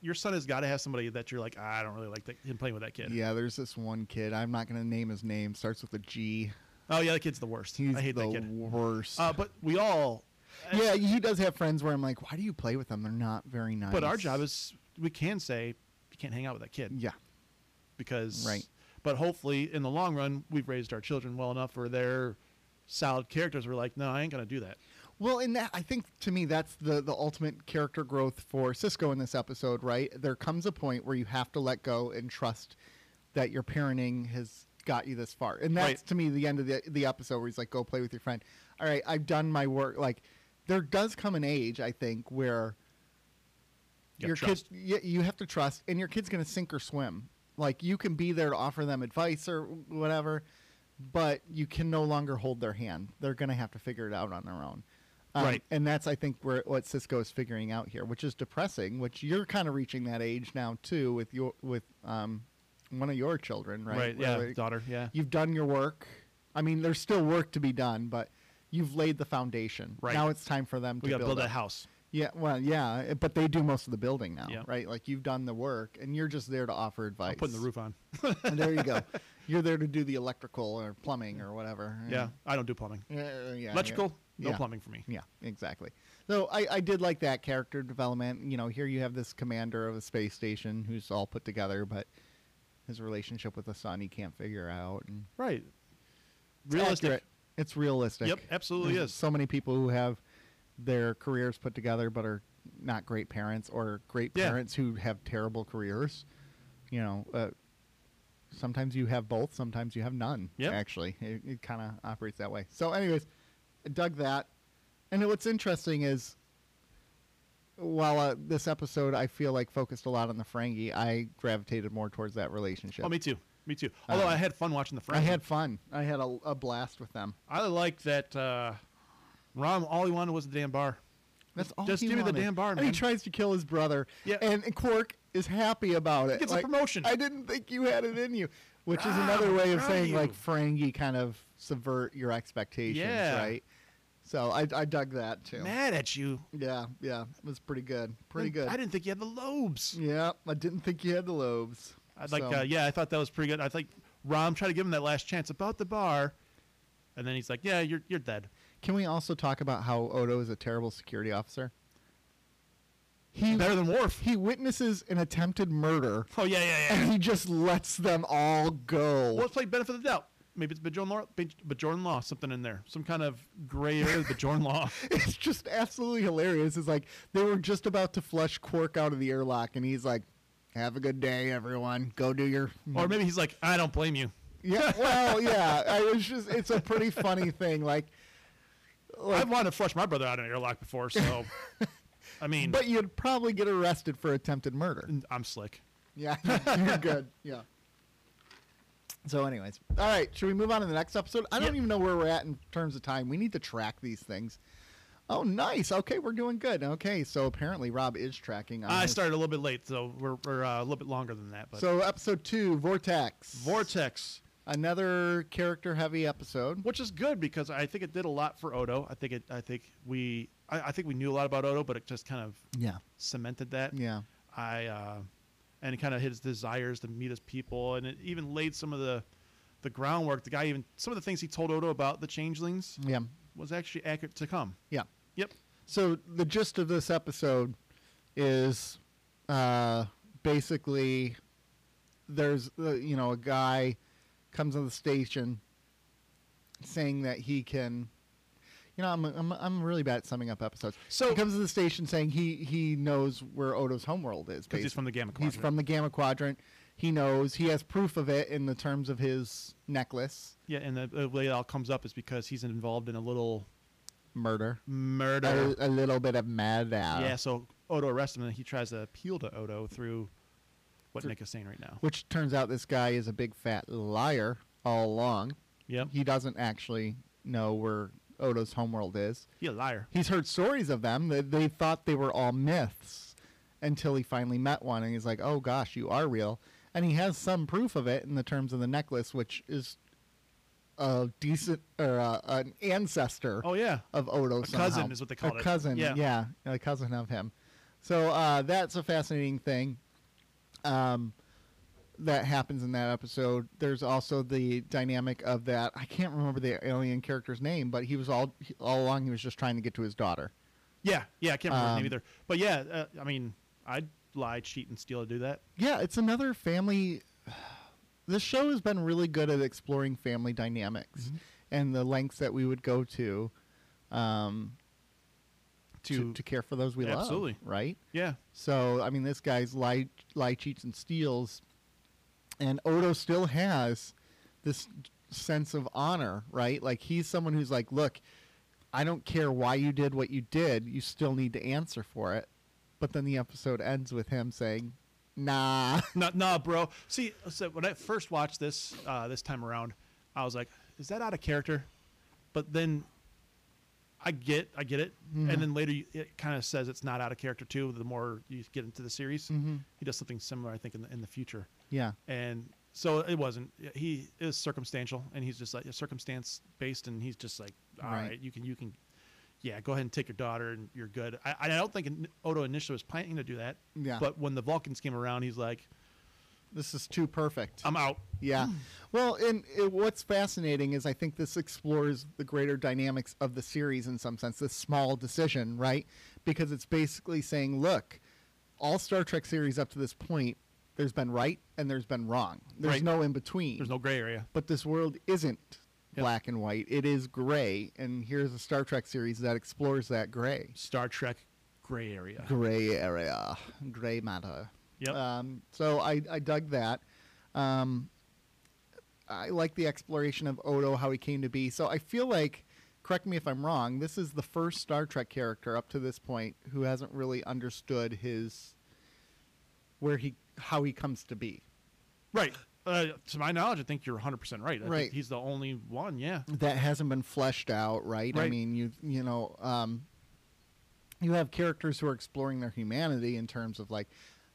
C: your son has got to have somebody that you're like, "Ah, I don't really like that, him playing with that kid.
B: Yeah, there's this one kid. I'm not going to name his name. Starts with a G.
C: Oh yeah, that kid's the worst.
B: He's
C: I hate
B: the
C: that kid.
B: worst.
C: Uh, but we all,
B: yeah, he does have friends where I'm like, why do you play with them? They're not very nice.
C: but our job is we can say you can't hang out with that kid.
B: yeah,
C: because
B: Right.
C: But hopefully, in the long run, we've raised our children well enough where they're solid characters. We're like, no, I ain't gonna do that.
B: Well, and that I think to me that's the the ultimate character growth for Cisco in this episode, right? There comes a point where you have to let go and trust that your parenting has got you this far, and that's
C: Right.
B: to me the end of the the episode where he's like, "Go play with your friend." All right, I've done my work. Like, there does come an age, I think, where
C: You gotta
B: your
C: trust.
B: kids you, you have to trust and your kid's going to sink or swim like you can be there to offer them advice or whatever but you can no longer hold their hand they're going to have to figure it out on their own Um,
C: Right.
B: and that's i think where what cisco is figuring out here which is depressing which you're kind of reaching that age now too with your with um one of your children right,
C: Right,
B: Where-
C: yeah,
B: where
C: daughter, yeah.
B: you've done your work i mean there's still work to be done but you've laid the foundation
C: Right.
B: now it's time for them
C: We
B: to
C: gotta build,
B: up.
C: that house.
B: Yeah, well, yeah, eh, but they do most of the building now,
C: Yeah.
B: right? Like you've done the work, and you're just there to offer
C: I'm
B: advice.
C: putting the roof on.
B: and there you go. You're there to do the electrical or plumbing or whatever.
C: yeah, I don't do plumbing.
B: Eh, eh, yeah,
C: Electrical,
B: yeah.
C: no
B: Yeah.
C: plumbing for me.
B: Yeah, exactly. So I, I did like that character development. You know, here you have this commander of a space station who's all put together, but his relationship with the sun he can't figure out. And
C: Right.
B: It's
C: Realistic.
B: accurate. It's realistic.
C: Yep, absolutely
B: There's
C: is.
B: So many people who have their careers put together but are not great parents or great
C: Yeah.
B: parents who have terrible careers. You know, uh, sometimes you have both, sometimes you have none.
C: Yep.
B: Actually, it, it kind of operates that way. So, anyways, I dug that. And what's interesting is while uh, this episode I feel like focused a lot on the Ferengi, I gravitated more towards that relationship.
C: Oh, me too. Me too. Although I had fun watching the
B: Uh-huh. I
C: French.
B: had fun. I had a, a blast with them.
C: I like that. Uh, Rom, all he wanted was the damn bar.
B: That's all.
C: Just
B: he
C: give me the
B: wanted.
C: damn bar,
B: and he
C: man.
B: tries to kill his brother.
C: Yeah.
B: and, and Quark is happy about it.
C: gets a promotion.
B: I didn't think you had it in you, which is another way of
C: proud of
B: saying like
C: you.
B: Ferengi kind of subvert your expectations,
C: Yeah.
B: right? So I, I dug that too.
C: Mad at you.
B: Yeah, yeah, it was pretty good. Pretty good.
C: I didn't think you had the lobes.
B: Yeah, I didn't think you had the lobes.
C: I'd like.
B: So-
C: Uh, yeah, I thought that was pretty good. I think Rom tried to give him that last chance about the bar, and then he's like, "Yeah, you're you're dead."
B: Can we also talk about how Odo is a terrible security officer? He
C: Better than Worf.
B: he witnesses an attempted murder
C: Oh yeah, yeah, yeah.
B: and he just lets them all go.
C: Well, let's play benefit of the doubt. Maybe it's Bajoran law, Baj- Bajoran law, something in there, some kind of gray area, Bajoran law.
B: It's just absolutely hilarious. It's like they were just about to flush Quark out of the airlock and he's like, "Have a good day, everyone. Go do your
C: Or maybe he's like, I don't blame you.
B: Yeah, well, yeah. I was just it's a pretty funny thing. Like
C: I've wanted to flush my brother out of an airlock before, so I mean,
B: but you'd probably get arrested for attempted murder.
C: I'm slick.
B: Yeah. You're good. Yeah. So anyways. All right, should we move on to the next episode? I don't even know where we're at in terms of time. We need to track these things. Oh, nice. Okay, we're doing good. Okay, so apparently Rob is tracking. on
C: I
B: his-
C: started a little bit late, so we're, we're uh, a little bit longer than that. But
B: So episode two, Vortex.
C: Vortex,
B: Another character-heavy episode.
C: which is good because I think it did a lot for Odo. I think it. I think we. I, I think we knew a lot about Odo, but it just kind of
B: Yeah.
C: cemented that.
B: Yeah.
C: I uh, and kind of his desires to meet his people, and it even laid some of the the groundwork. The guy even some of the things he told Odo about the changelings
B: Yeah.
C: was actually accurate to come.
B: Yeah.
C: Yep.
B: So the gist of this episode is uh, basically there's uh, you know a guy comes on the station saying that he can. You know, I'm, I'm, I'm really bad at summing up episodes.
C: So-
B: he comes to the station saying he, he knows where Odo's homeworld is.
C: 'Cause he's from the Gamma
B: He's
C: Quadrant.
B: from the Gamma Quadrant. He knows. He has proof of it in the terms of his necklace
C: Yeah, and the, the way it all comes up is because he's involved in a little
B: murder.
C: murder.
B: A, a little bit of murder.
C: yeah, so Odo arrests him, and he tries to appeal to Odo through what Nick is saying right now.
B: Which turns out this guy is a big fat liar all along.
C: Yep.
B: He doesn't actually know where Odo's homeworld is.
C: He a liar.
B: He's heard stories of them that they thought they were all myths until he finally met one and he's like, oh gosh, you are real. And he has some proof of it in the terms of the necklace, which is a decent or uh, an ancestor
C: Oh yeah.
B: of Odo.
C: A
B: somehow.
C: cousin is what they called
B: a
C: it.
B: cousin,
C: Yeah.
B: yeah. a cousin of him. So uh, that's a fascinating thing um, that happens in that episode. There's also the dynamic of that. I can't remember the alien character's name, but he was all he- all along. He was just trying to get to his daughter.
C: Yeah, yeah. I can't remember his name
B: Um,
C: either. But yeah, uh, I mean, I'd lie, cheat, and steal to do that.
B: Yeah, it's another family. This show has been really good at exploring family dynamics
C: Mm-hmm.
B: and the lengths that we would go to. Um, to, to,
C: To-
B: care for those we love,
C: Absolutely.
B: right?
C: Yeah.
B: So I mean, this guy's lie, lie cheats and steals, and Odo still has this sense of honor, right? Like he's someone who's like, look, I don't care why you did what you did, you still need to answer for it. But then the episode ends with him saying, "Nah,
C: No, no, bro. See, so when I first watched this uh, this time around, I was like, "Is that out of character?" But then I get, I get it,
B: Mm-hmm.
C: and then later you, it kind of says it's not out of character too. The more you get into the series, he does something similar, I think, in the, in the future.
B: Mm-hmm. yeah,
C: And so it wasn't. He is circumstantial, and he's just like circumstance based, and he's just like, all right.
B: Right.
C: you can, you can, yeah, go ahead and take your daughter, and you're good. I, I don't think Odo initially was planning to do that.
B: Yeah.
C: But when the Vulcans came around, he's like.
B: this is too perfect."
C: I'm out.
B: Yeah. Well, and it, what's fascinating is I think this explores the greater dynamics of the series in some sense, this small decision, right? Because it's basically saying, look, all Star Trek series up to this point, there's been right and there's been wrong. There's
C: Right.
B: no in between.
C: There's no gray area.
B: but this world isn't black and white, it is gray. And here's a Star Trek series that explores that gray.
C: Star Trek gray area.
B: Gray area, gray matter.
C: Yep.
B: Um, so I, I dug that. Um, I like the exploration of Odo, how he came to be. So I feel like, correct me if I'm wrong, this is the first Star Trek character up to this point who hasn't really understood his where he how he comes to be.
C: right. Uh, to my knowledge, I think you're 100% right. I think
B: Right. Mm-hmm.
C: he's the only one, yeah.
B: that hasn't been fleshed out, right? I
C: Right.
B: mean, you you know, um, you have characters who are exploring their humanity in terms of like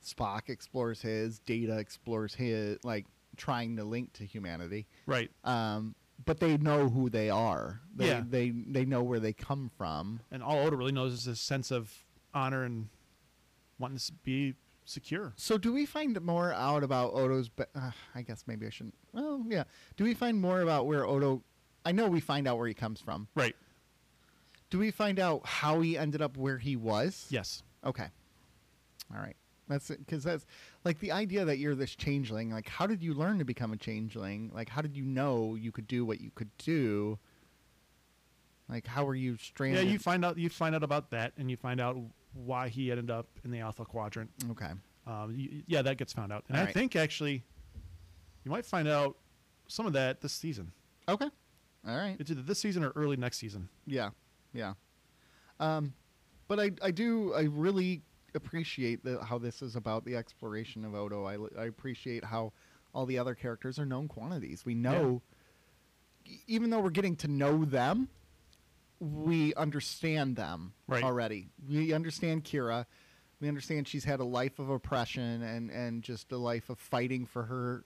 B: Spock explores his, Data explores his, like trying to link to humanity.
C: Right.
B: Um, but they know who they are. They,
C: Yeah.
B: They they know where they come from.
C: and all Oda really knows is his sense of honor and wanting to be secure.
B: So, do we find more out about Odo's? Ba- uh, I guess maybe I shouldn't. Well, yeah. Do we find more about where Odo? I know we find out where he comes from.
C: Right.
B: Do we find out how he ended up where he was?
C: Yes.
B: Okay. All right. That's it. Because that's like the idea that you're this changeling. Like, how did you learn to become a changeling? Like, how did you know you could do what you could do? Like, how were you
C: Yeah,
B: stranded?
C: you find out you find out about that, and you find out why he ended up in the Alpha Quadrant.
B: okay.
C: Um, y yeah, that gets found out, and
B: All
C: I
B: right.
C: think actually, you might find out some of that this season.
B: Okay. All right.
C: It's either this season or early next season.
B: Yeah, yeah. Um, but I, I do, I really appreciate the, how this is about the exploration of Odo. I, li- I appreciate how all the other characters are known quantities. We know, e- even though we're getting to know them, we understand them
C: Right.
B: already. We understand Kira. We understand she's had a life of oppression and, and just a life of fighting for her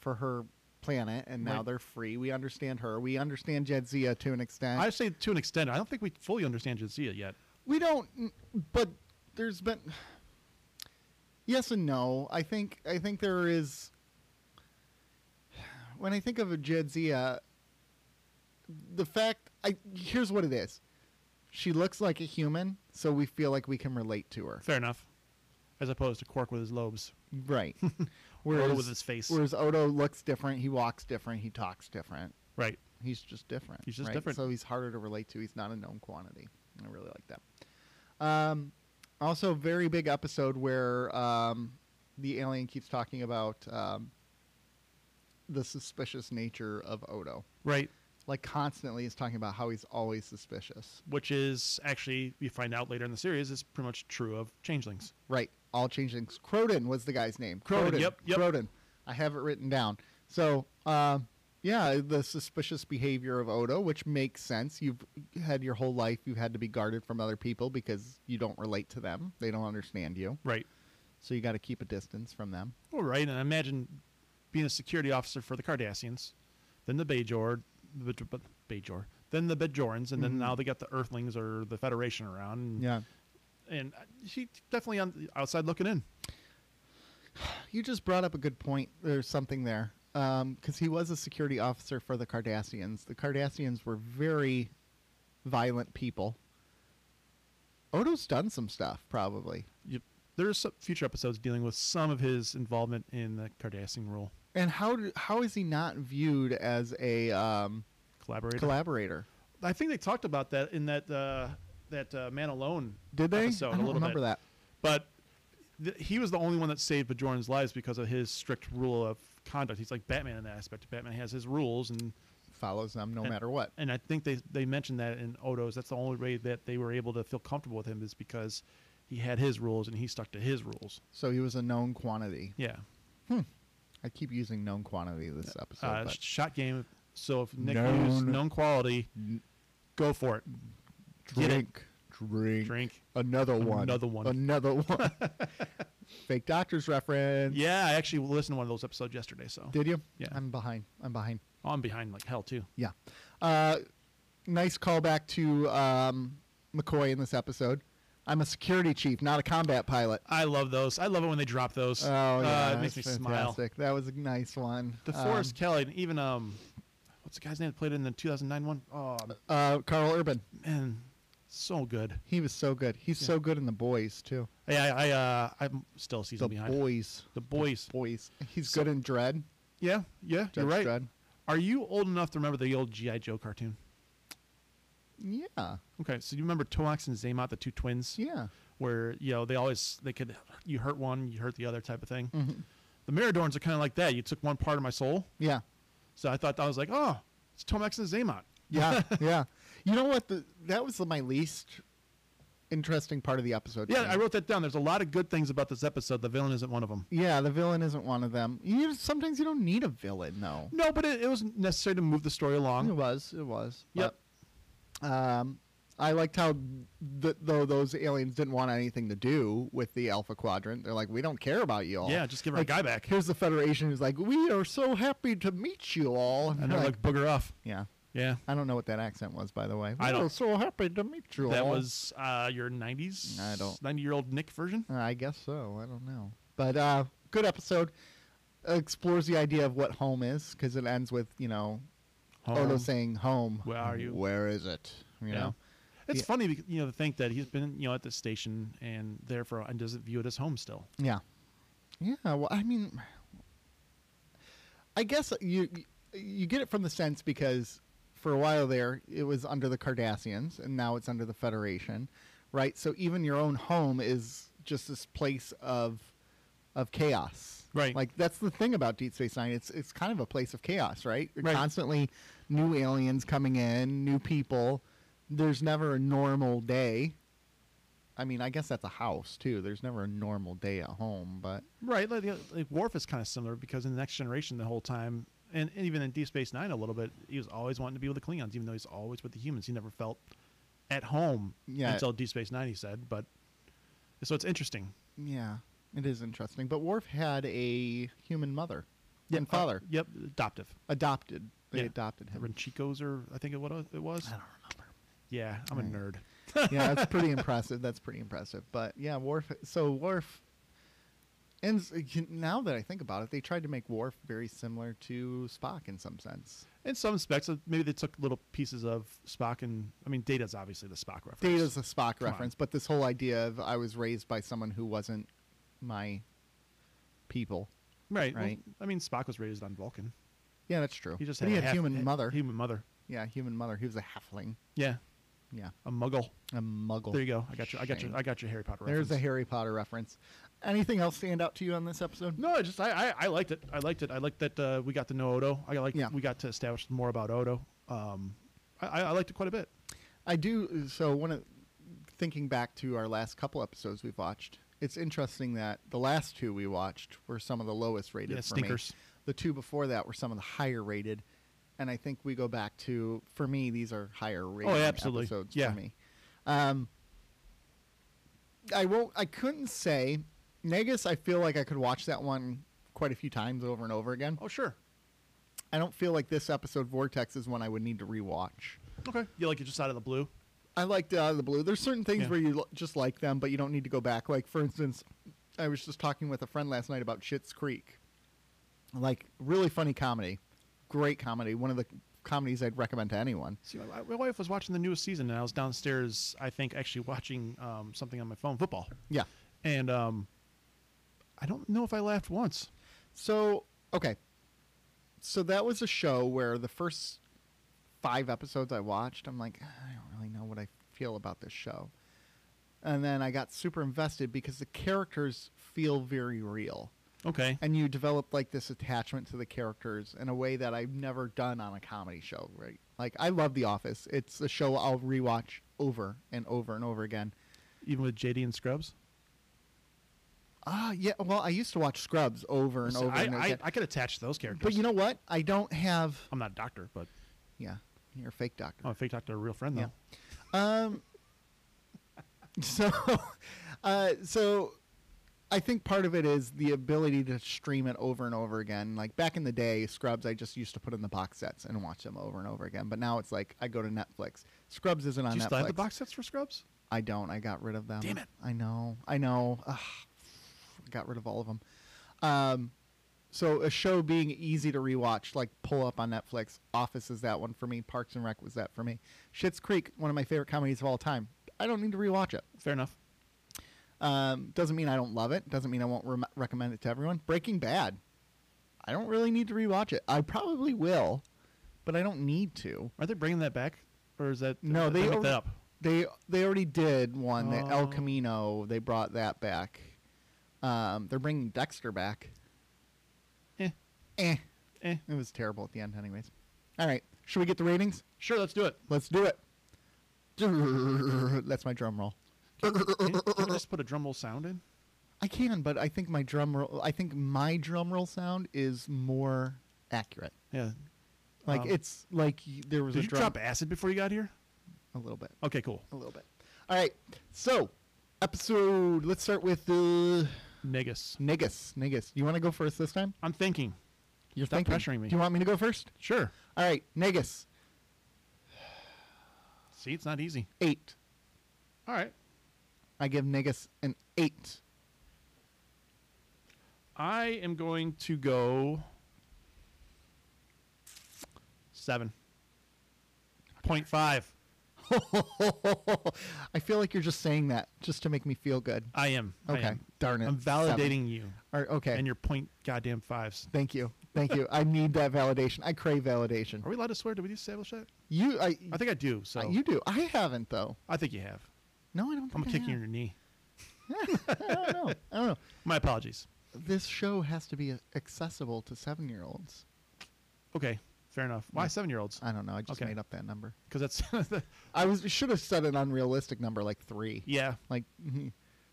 B: for her planet and now
C: Right.
B: they're free. We understand her. We understand Jedzia to an extent.
C: I say to an extent, I don't think we fully understand Jadzia yet.
B: We don't, but there's been yes and no. I think I think there is. When I think of a Jedzia, the fact I here's what it is: she looks like a human, so we feel like we can relate to her.
C: Fair enough. As opposed to Quark with his lobes.
B: Right.
C: with his face.
B: Whereas Odo looks different. He walks different. He talks different.
C: Right.
B: He's just different.
C: He's just different.
B: So he's harder to relate to. He's not a known quantity. I really like that. Um, also, very big episode where um, the alien keeps talking about um, the suspicious nature of Odo.
C: Right.
B: Like constantly, he's talking about how he's always suspicious.
C: Which is actually, you find out later in the series, is pretty much true of changelings.
B: Right. All changelings. Croden was the guy's name.
C: Croden,
B: Croden.
C: yep, yep.
B: Croden. I have it written down. So, um, yeah, the suspicious behavior of Odo, which makes sense. You've had your whole life, you've had to be guarded from other people because you don't relate to them. They don't understand you.
C: Right.
B: So you got to keep a distance from them.
C: All right. And I imagine being a security officer for the Cardassians, then the Bajor, the Baj- but- Bajor, then the Bajorans, and then now they got the Earthlings or the Federation around. And,
B: Yeah.
C: And she definitely on the outside looking in.
B: You just brought up a good point. There's something there. Because he was a security officer for the Cardassians. The Cardassians were very violent people. Odo's done some stuff, probably.
C: You, there's some future episodes dealing with some of his involvement in the Cardassian rule.
B: And how do, how is he not viewed as a um,
C: Collaborator.
B: collaborator?
C: I think they talked about that in that uh, that uh, Man Alone.
B: Did they?
C: Episode,
B: I
C: a
B: don't
C: little
B: remember
C: bit.
B: that.
C: But th- he was the only one that saved Bajoran's lives because of his strict rule of conduct. He's like Batman in that aspect. Batman has his rules, and
B: Follows them no
C: And-
B: matter what.
C: and I think they they mentioned that in Odo's. That's the only way that they were able to feel comfortable with him is because he had his rules and he stuck to his rules.
B: So he was a known quantity.
C: Yeah,
B: I keep using known quantity this episode.
C: uh,
B: but
C: sh- shot game. So if Nick
B: Known-
C: knows known quality, go for it. get it.
B: drink, drink,
C: Drink.
B: Another one.
C: Another one.
B: Another one. Fake doctor's reference.
C: Yeah, I actually listened to one of those episodes yesterday. So
B: Did you?
C: Yeah.
B: I'm behind. I'm behind.
C: Oh, I'm behind like hell too.
B: Yeah. Uh, nice callback to um, McCoy in this episode. I'm a security chief, not a combat pilot.
C: I love those. I love it when they drop those.
B: Oh, yeah,
C: uh, it makes me
B: that's fantastic. That was a nice one. Um,
C: smile. DeForest Kelly, and even um, what's the guy's name that played in the 2009 one? Oh
B: Um, uh, Carl Urban.
C: man, so good.
B: He was so good. He's so good in the boys too.
C: Yeah, I, I uh, I'm still a
B: The
C: season behind.
B: boys.
C: The boys.
B: Boys. He's
C: So-
B: good in Dread.
C: Yeah, yeah,
B: Judge
C: you're right.
B: Dredd.
C: Are you old enough to remember the old GI Joe cartoon?
B: Yeah.
C: Okay, so you remember Toax and Zaymot, the two twins?
B: Yeah.
C: where you know they always they could you hurt one, you hurt the other type of thing.
B: Mm-hmm.
C: The Miradorns are kind of like that. You took one part of my soul,
B: Yeah.
C: so I thought I was like, oh, it's Tomax and Zaymot.
B: Yeah. yeah. You know what? The, that was my least interesting part of the episode. to
C: Yeah,
B: me.
C: I wrote that down. There's a lot of good things about this episode. The villain isn't one of them.
B: Yeah, the villain isn't one of them. You sometimes you don't need a villain though.
C: No, but it, it was necessary to move the story along.
B: It was. It was.
C: Yep.
B: But, um, I liked how th- though those aliens didn't want anything to do with the Alpha Quadrant. They're like, we don't care about you all.
C: Yeah, just give our
B: Oh. Like,
C: guy back.
B: Here's the Federation who's like, we are so happy to meet you all.
C: And they're like, booger off.
B: yeah.
C: Yeah,
B: I don't know what that accent was, by the way.
C: I
B: we
C: don't-
B: are so happy to meet you
C: that
B: all.
C: was uh, your '90s.
B: I don't-
C: '90-year-old Nick version.
B: Uh, I guess so. I don't know. But uh, good episode. Explores the idea of what home is because it ends with you know Odo
C: Home.
B: saying home.
C: Where are you?
B: Where is it? Oh, You
C: Yeah.
B: know.
C: It's
B: Yeah.
C: funny, because, you know, to think that he's been, you know, at this station and therefore and doesn't view it as home still.
B: Yeah. Yeah. Well, I mean, I guess you you get it from the sense because for a while there it was under the Cardassians and now it's under the Federation, right? So even your own home is just this place of of chaos.
C: Right.
B: Like that's the thing about Deep Space Nine. It's it's kind of a place of chaos, right?
C: Right.
B: Constantly new aliens coming in, new people. There's never a normal day. I mean, I guess that's a house too. There's never a normal day at home, but
C: Right. Like, the- like Worf is kind of similar because in the Next Generation, the whole time, and, and even in Deep Space Nine a little bit, he was always wanting to be with the Klingons, even though he's always with the humans. He never felt at home
B: Yeah.
C: until Deep Space Nine, he said. But so it's interesting.
B: yeah, it is interesting. But Worf had a human mother and
C: Uh,
B: father,
C: yep. Adoptive.
B: adopted. They
C: Yeah.
B: adopted him.
C: Renchicos, or I think it what it was. I don't remember. Yeah, I'm a nerd.
B: yeah, that's pretty impressive. That's pretty impressive. But yeah, Worf. So Worf. And now that I think about it, they tried to make Worf very similar to Spock in some sense.
C: In some specs, uh, maybe they took little pieces of Spock and I mean Data's obviously the Spock reference.
B: Data's a Spock
C: Come on.
B: reference, but this whole idea of I was raised by someone who wasn't my people.
C: right, well,
B: right.
C: I mean Spock was raised on Vulcan.
B: Yeah, that's true.
C: He just
B: But
C: had,
B: he
C: a
B: had
C: half-
B: human
C: a-
B: mother.
C: Human mother.
B: yeah, human mother. He was a halfling.
C: Yeah,
B: Yeah,
C: a Muggle.
B: a Muggle.
C: There you go. I got your I got
B: Shame.
C: your I got your Harry Potter.
B: There's a
C: reference.
B: Harry Potter reference. Anything else stand out to you on this episode?
C: No, I just I, I I liked it. I liked it. I liked that uh, we got to know Odo. I like
B: Yeah.
C: we got to establish more about Odo. Um, I, I I liked it quite a bit.
B: I do. So one of thinking back to our last couple episodes we've watched, it's interesting that the last two we watched were some of the lowest rated.
C: Yeah,
B: for me.
C: stinkers.
B: The two before that were some of the higher rated, and I think we go back to for me these are higher rated
C: Oh, absolutely.
B: episodes
C: Yeah.
B: for me. Um, I won't. I couldn't say. Negus, I feel like I could watch that one quite a few times over and over again.
C: Oh sure.
B: I don't feel like this episode Vortex is one I would need to rewatch.
C: Okay. You like it just out of the blue.
B: I liked it out of the blue. There's certain things
C: Yeah.
B: where you l- just like them, but you don't need to go back. Like for instance, I was just talking with a friend last night about Schitt's Creek. Like really funny comedy, great comedy. One of the comedies I'd recommend to anyone.
C: See, my, my wife was watching the newest season, and I was downstairs, I think, actually watching um, something on my phone, football.
B: Yeah.
C: And um, I don't know if I laughed once.
B: So okay, so that was a show where the first five episodes I watched, I'm like, "Ah, I don't really know what I feel about this show. And then I got super invested because the characters feel very real.
C: Okay.
B: and you develop like this attachment to the characters in a way that I've never done on a comedy show, right? Like I love The Office. It's a show I'll rewatch over and over and over again.
C: Even with JD and Scrubs?
B: Ah, yeah. Well, I used to watch Scrubs over and
C: So
B: over
C: I,
B: and over
C: I,
B: again.
C: I could attach those characters.
B: but you know what? I don't have.
C: I'm not a doctor, but
B: Yeah, you're a fake doctor.
C: I'm a fake doctor, a real friend, though.
B: Yeah. So, uh, so I think part of it is the ability to stream it over and over again. Like back in the day, Scrubs, I just used to put in the box sets and watch them over and over again. But now it's like I go to Netflix. Scrubs isn't on
C: Do you
B: Netflix.
C: still have the box sets for Scrubs?
B: I don't. I got rid of them.
C: Damn it.
B: I know. I know. Ugh. Got rid of all of them. Um, so a show being easy to rewatch, like pull up on Netflix. Office is that one for me. Parks and Rec was that for me. Schitt's Creek, one of my favorite comedies of all time. I don't need to rewatch it.
C: Fair enough.
B: Um, doesn't mean I don't love it. Doesn't mean I won't rem recommend it to everyone. Breaking Bad. I don't really need to rewatch it. I probably will, but I don't need to.
C: Are they bringing that back? Or is that.
B: No,
C: did
B: they
C: make
B: alre-
C: that up.
B: They they already did one. The El
C: Oh.
B: Camino. They brought that back. Um, they're bringing Dexter back.
C: Eh.
B: Eh,
C: Eh.
B: it was terrible at the end, anyways. All right, should we get the ratings?
C: Sure, let's do it.
B: Let's do it. That's my drum roll.
C: Can you- can you just put a drum roll sound in?
B: I can, but I think my drum roll. I think my drum roll sound is more accurate.
C: Yeah.
B: Like
C: Um,
B: it's like y- there was
C: Did
B: a
C: you
B: drum
C: drop acid before you got here?
B: a little bit,
C: Okay, cool.
B: a little bit. All right, so episode. Let's start with uh,
C: Negus.
B: Negus. Negus, you want to go first this time?
C: I'm thinking.
B: You're
C: Stop
B: thinking.
C: pressuring me.
B: Do you want me to go first?
C: Sure.
B: All right, Negus,
C: See, it's not easy.
B: eight.
C: All right.
B: I give Negus an eight.
C: I am going to go seven point five.
B: I feel like you're just saying that just to make me feel good.
C: I am. I
B: Okay.
C: am.
B: Darn it.
C: I'm validating
B: Seven.
C: you
B: Or, okay.
C: and your point goddamn fives.
B: Thank you. Thank you. I need that validation. I crave validation.
C: Are we allowed to swear? Did we establish that?
B: You, I,
C: I think I do. So
B: Uh, you do. I haven't though.
C: I think you have.
B: No, I don't. Think
C: I'm
B: I
C: kicking
B: have.
C: your knee.
B: I don't know. I don't know.
C: My apologies.
B: This show has to be uh, accessible to seven-year-olds.
C: Okay, fair enough. Why seven year olds?
B: I don't know. I just
C: Okay.
B: made up that number.
C: Because that's
B: I was should have said an unrealistic number like three.
C: yeah.
B: Like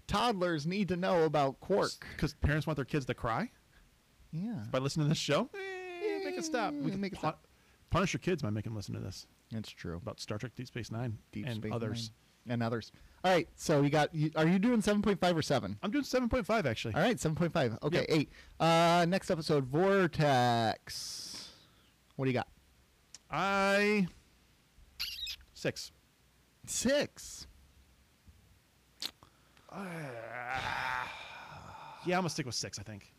B: toddlers need to know about quark.
C: Because parents want their kids to cry
B: Yeah.
C: by listening to this show. Eh, make it stop.
B: Yeah,
C: We can make
B: make it stop.
C: punish your kids by making them listen to this
B: It's true.
C: about Star Trek, Deep Space Nine,
B: Deep
C: and
B: Space
C: others.
B: Nine. And others. All right. So you got. You, are you doing seven point five or seven?
C: I'm doing seven point five actually.
B: All right, seven point five. Okay, eight. Uh, next episode, Vortex. What do you got?
C: I six.
B: Six.
C: Yeah, I'm gonna stick with six. I think.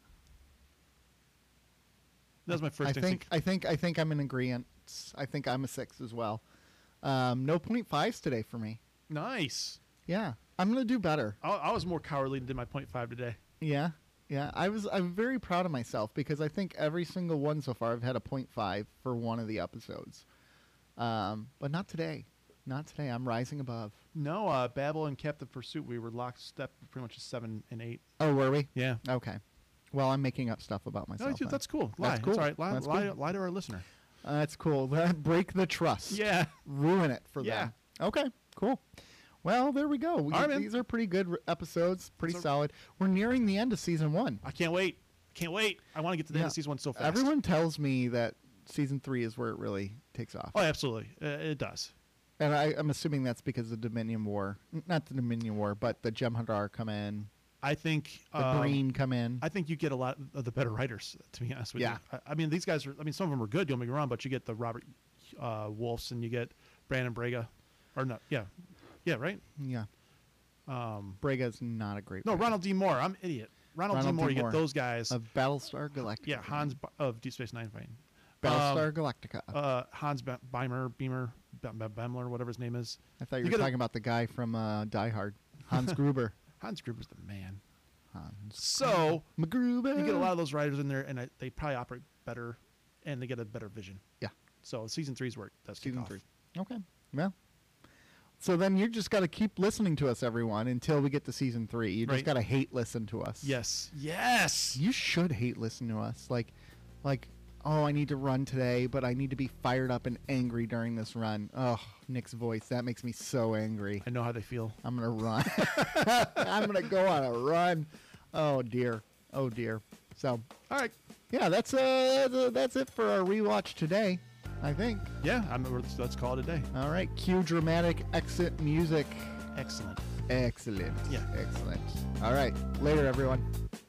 C: That was my first
B: I think
C: instinct.
B: I think I think I'm in agreement. I think I'm a six as well. Um, no point fives today for me.
C: nice.
B: Yeah, I'm gonna do better.
C: I, I was more cowardly than did my point five today.
B: Yeah, yeah. I was I'm very proud of myself because I think every single one so far I've had a point five for one of the episodes, um, but not today. Not today. I'm rising above.
C: No, uh, Babel and Captive Pursuit. We were lockstep pretty much seven and eight.
B: Oh, were we?
C: Yeah.
B: Okay. Well, I'm making up stuff about myself.
C: No, dude,
B: then.
C: that's cool. Lie.
B: That's cool.
C: That's all right. Lie,
B: That's
C: lie,
B: cool.
C: lie to our listener.
B: Uh, that's cool. Break the trust.
C: Yeah.
B: Ruin it for them. Okay. Cool. Well, there we go. We,
C: All right, man.
B: these are pretty good r- episodes. Pretty
C: Those are-
B: solid. We're nearing the end of season one.
C: I can't wait. Can't wait. I want to get to the end
B: Yeah.
C: of season one so fast.
B: Everyone tells me that season three is where it really takes off,
C: Oh, absolutely. Uh, it does.
B: and I, I'm assuming that's because the Dominion War, n- not the Dominion War, but the Gem Hadar come in,
C: I think.
B: the
C: um,
B: Green come in.
C: I think you get a lot of the better writers, to be honest with
B: Yeah.
C: you. I, I mean, these guys are. I mean, some of them are good. Don't get me wrong, but you get the Robert uh, Wolfs and you get Brandon Braga, or not? Yeah, yeah, right.
B: yeah. Um, Brega's not a great.
C: No,
B: writer.
C: Ronald D. Moore. I'm an idiot. Ronald,
B: Ronald
C: D. Moore.
B: D.
C: You
B: Moore.
C: get those guys.
B: of Battlestar Galactica.
C: yeah, Hans B- of Deep Space Nine fighting.
B: Battlestar
C: um,
B: Galactica.
C: Uh, Hans Be- Beimer, Beamer, Be- Be- Bemler, whatever his name is.
B: I thought you,
C: you
B: were
C: gotta-
B: talking about the guy from uh, Die Hard, Hans Gruber.
C: Hans Gruber's the man. So
B: MacGruber.
C: you get a lot of those writers in there, and I, they probably operate better, and they get a better vision.
B: yeah,
C: So season three's work. That's
B: season three. Okay, well, so then you just got to keep listening to us, everyone, until we get to season three. You just
C: Right.
B: got to hate listen to us.
C: Yes. Yes.
B: you should hate listen to us. Like, like, oh, I need to run today, but I need to be fired up and angry during this run. Oh, Nick's voice that makes me so angry.
C: I know how they feel.
B: I'm gonna run. I'm gonna go on a run. Oh dear. Oh dear. So,
C: All right.
B: yeah, that's uh, that's, uh, that's it for our rewatch today. I think.
C: Yeah. I'm, let's, let's call it a day.
B: All right. Cue dramatic exit music.
C: Excellent.
B: Excellent.
C: Yeah.
B: Excellent. All right. Later, everyone.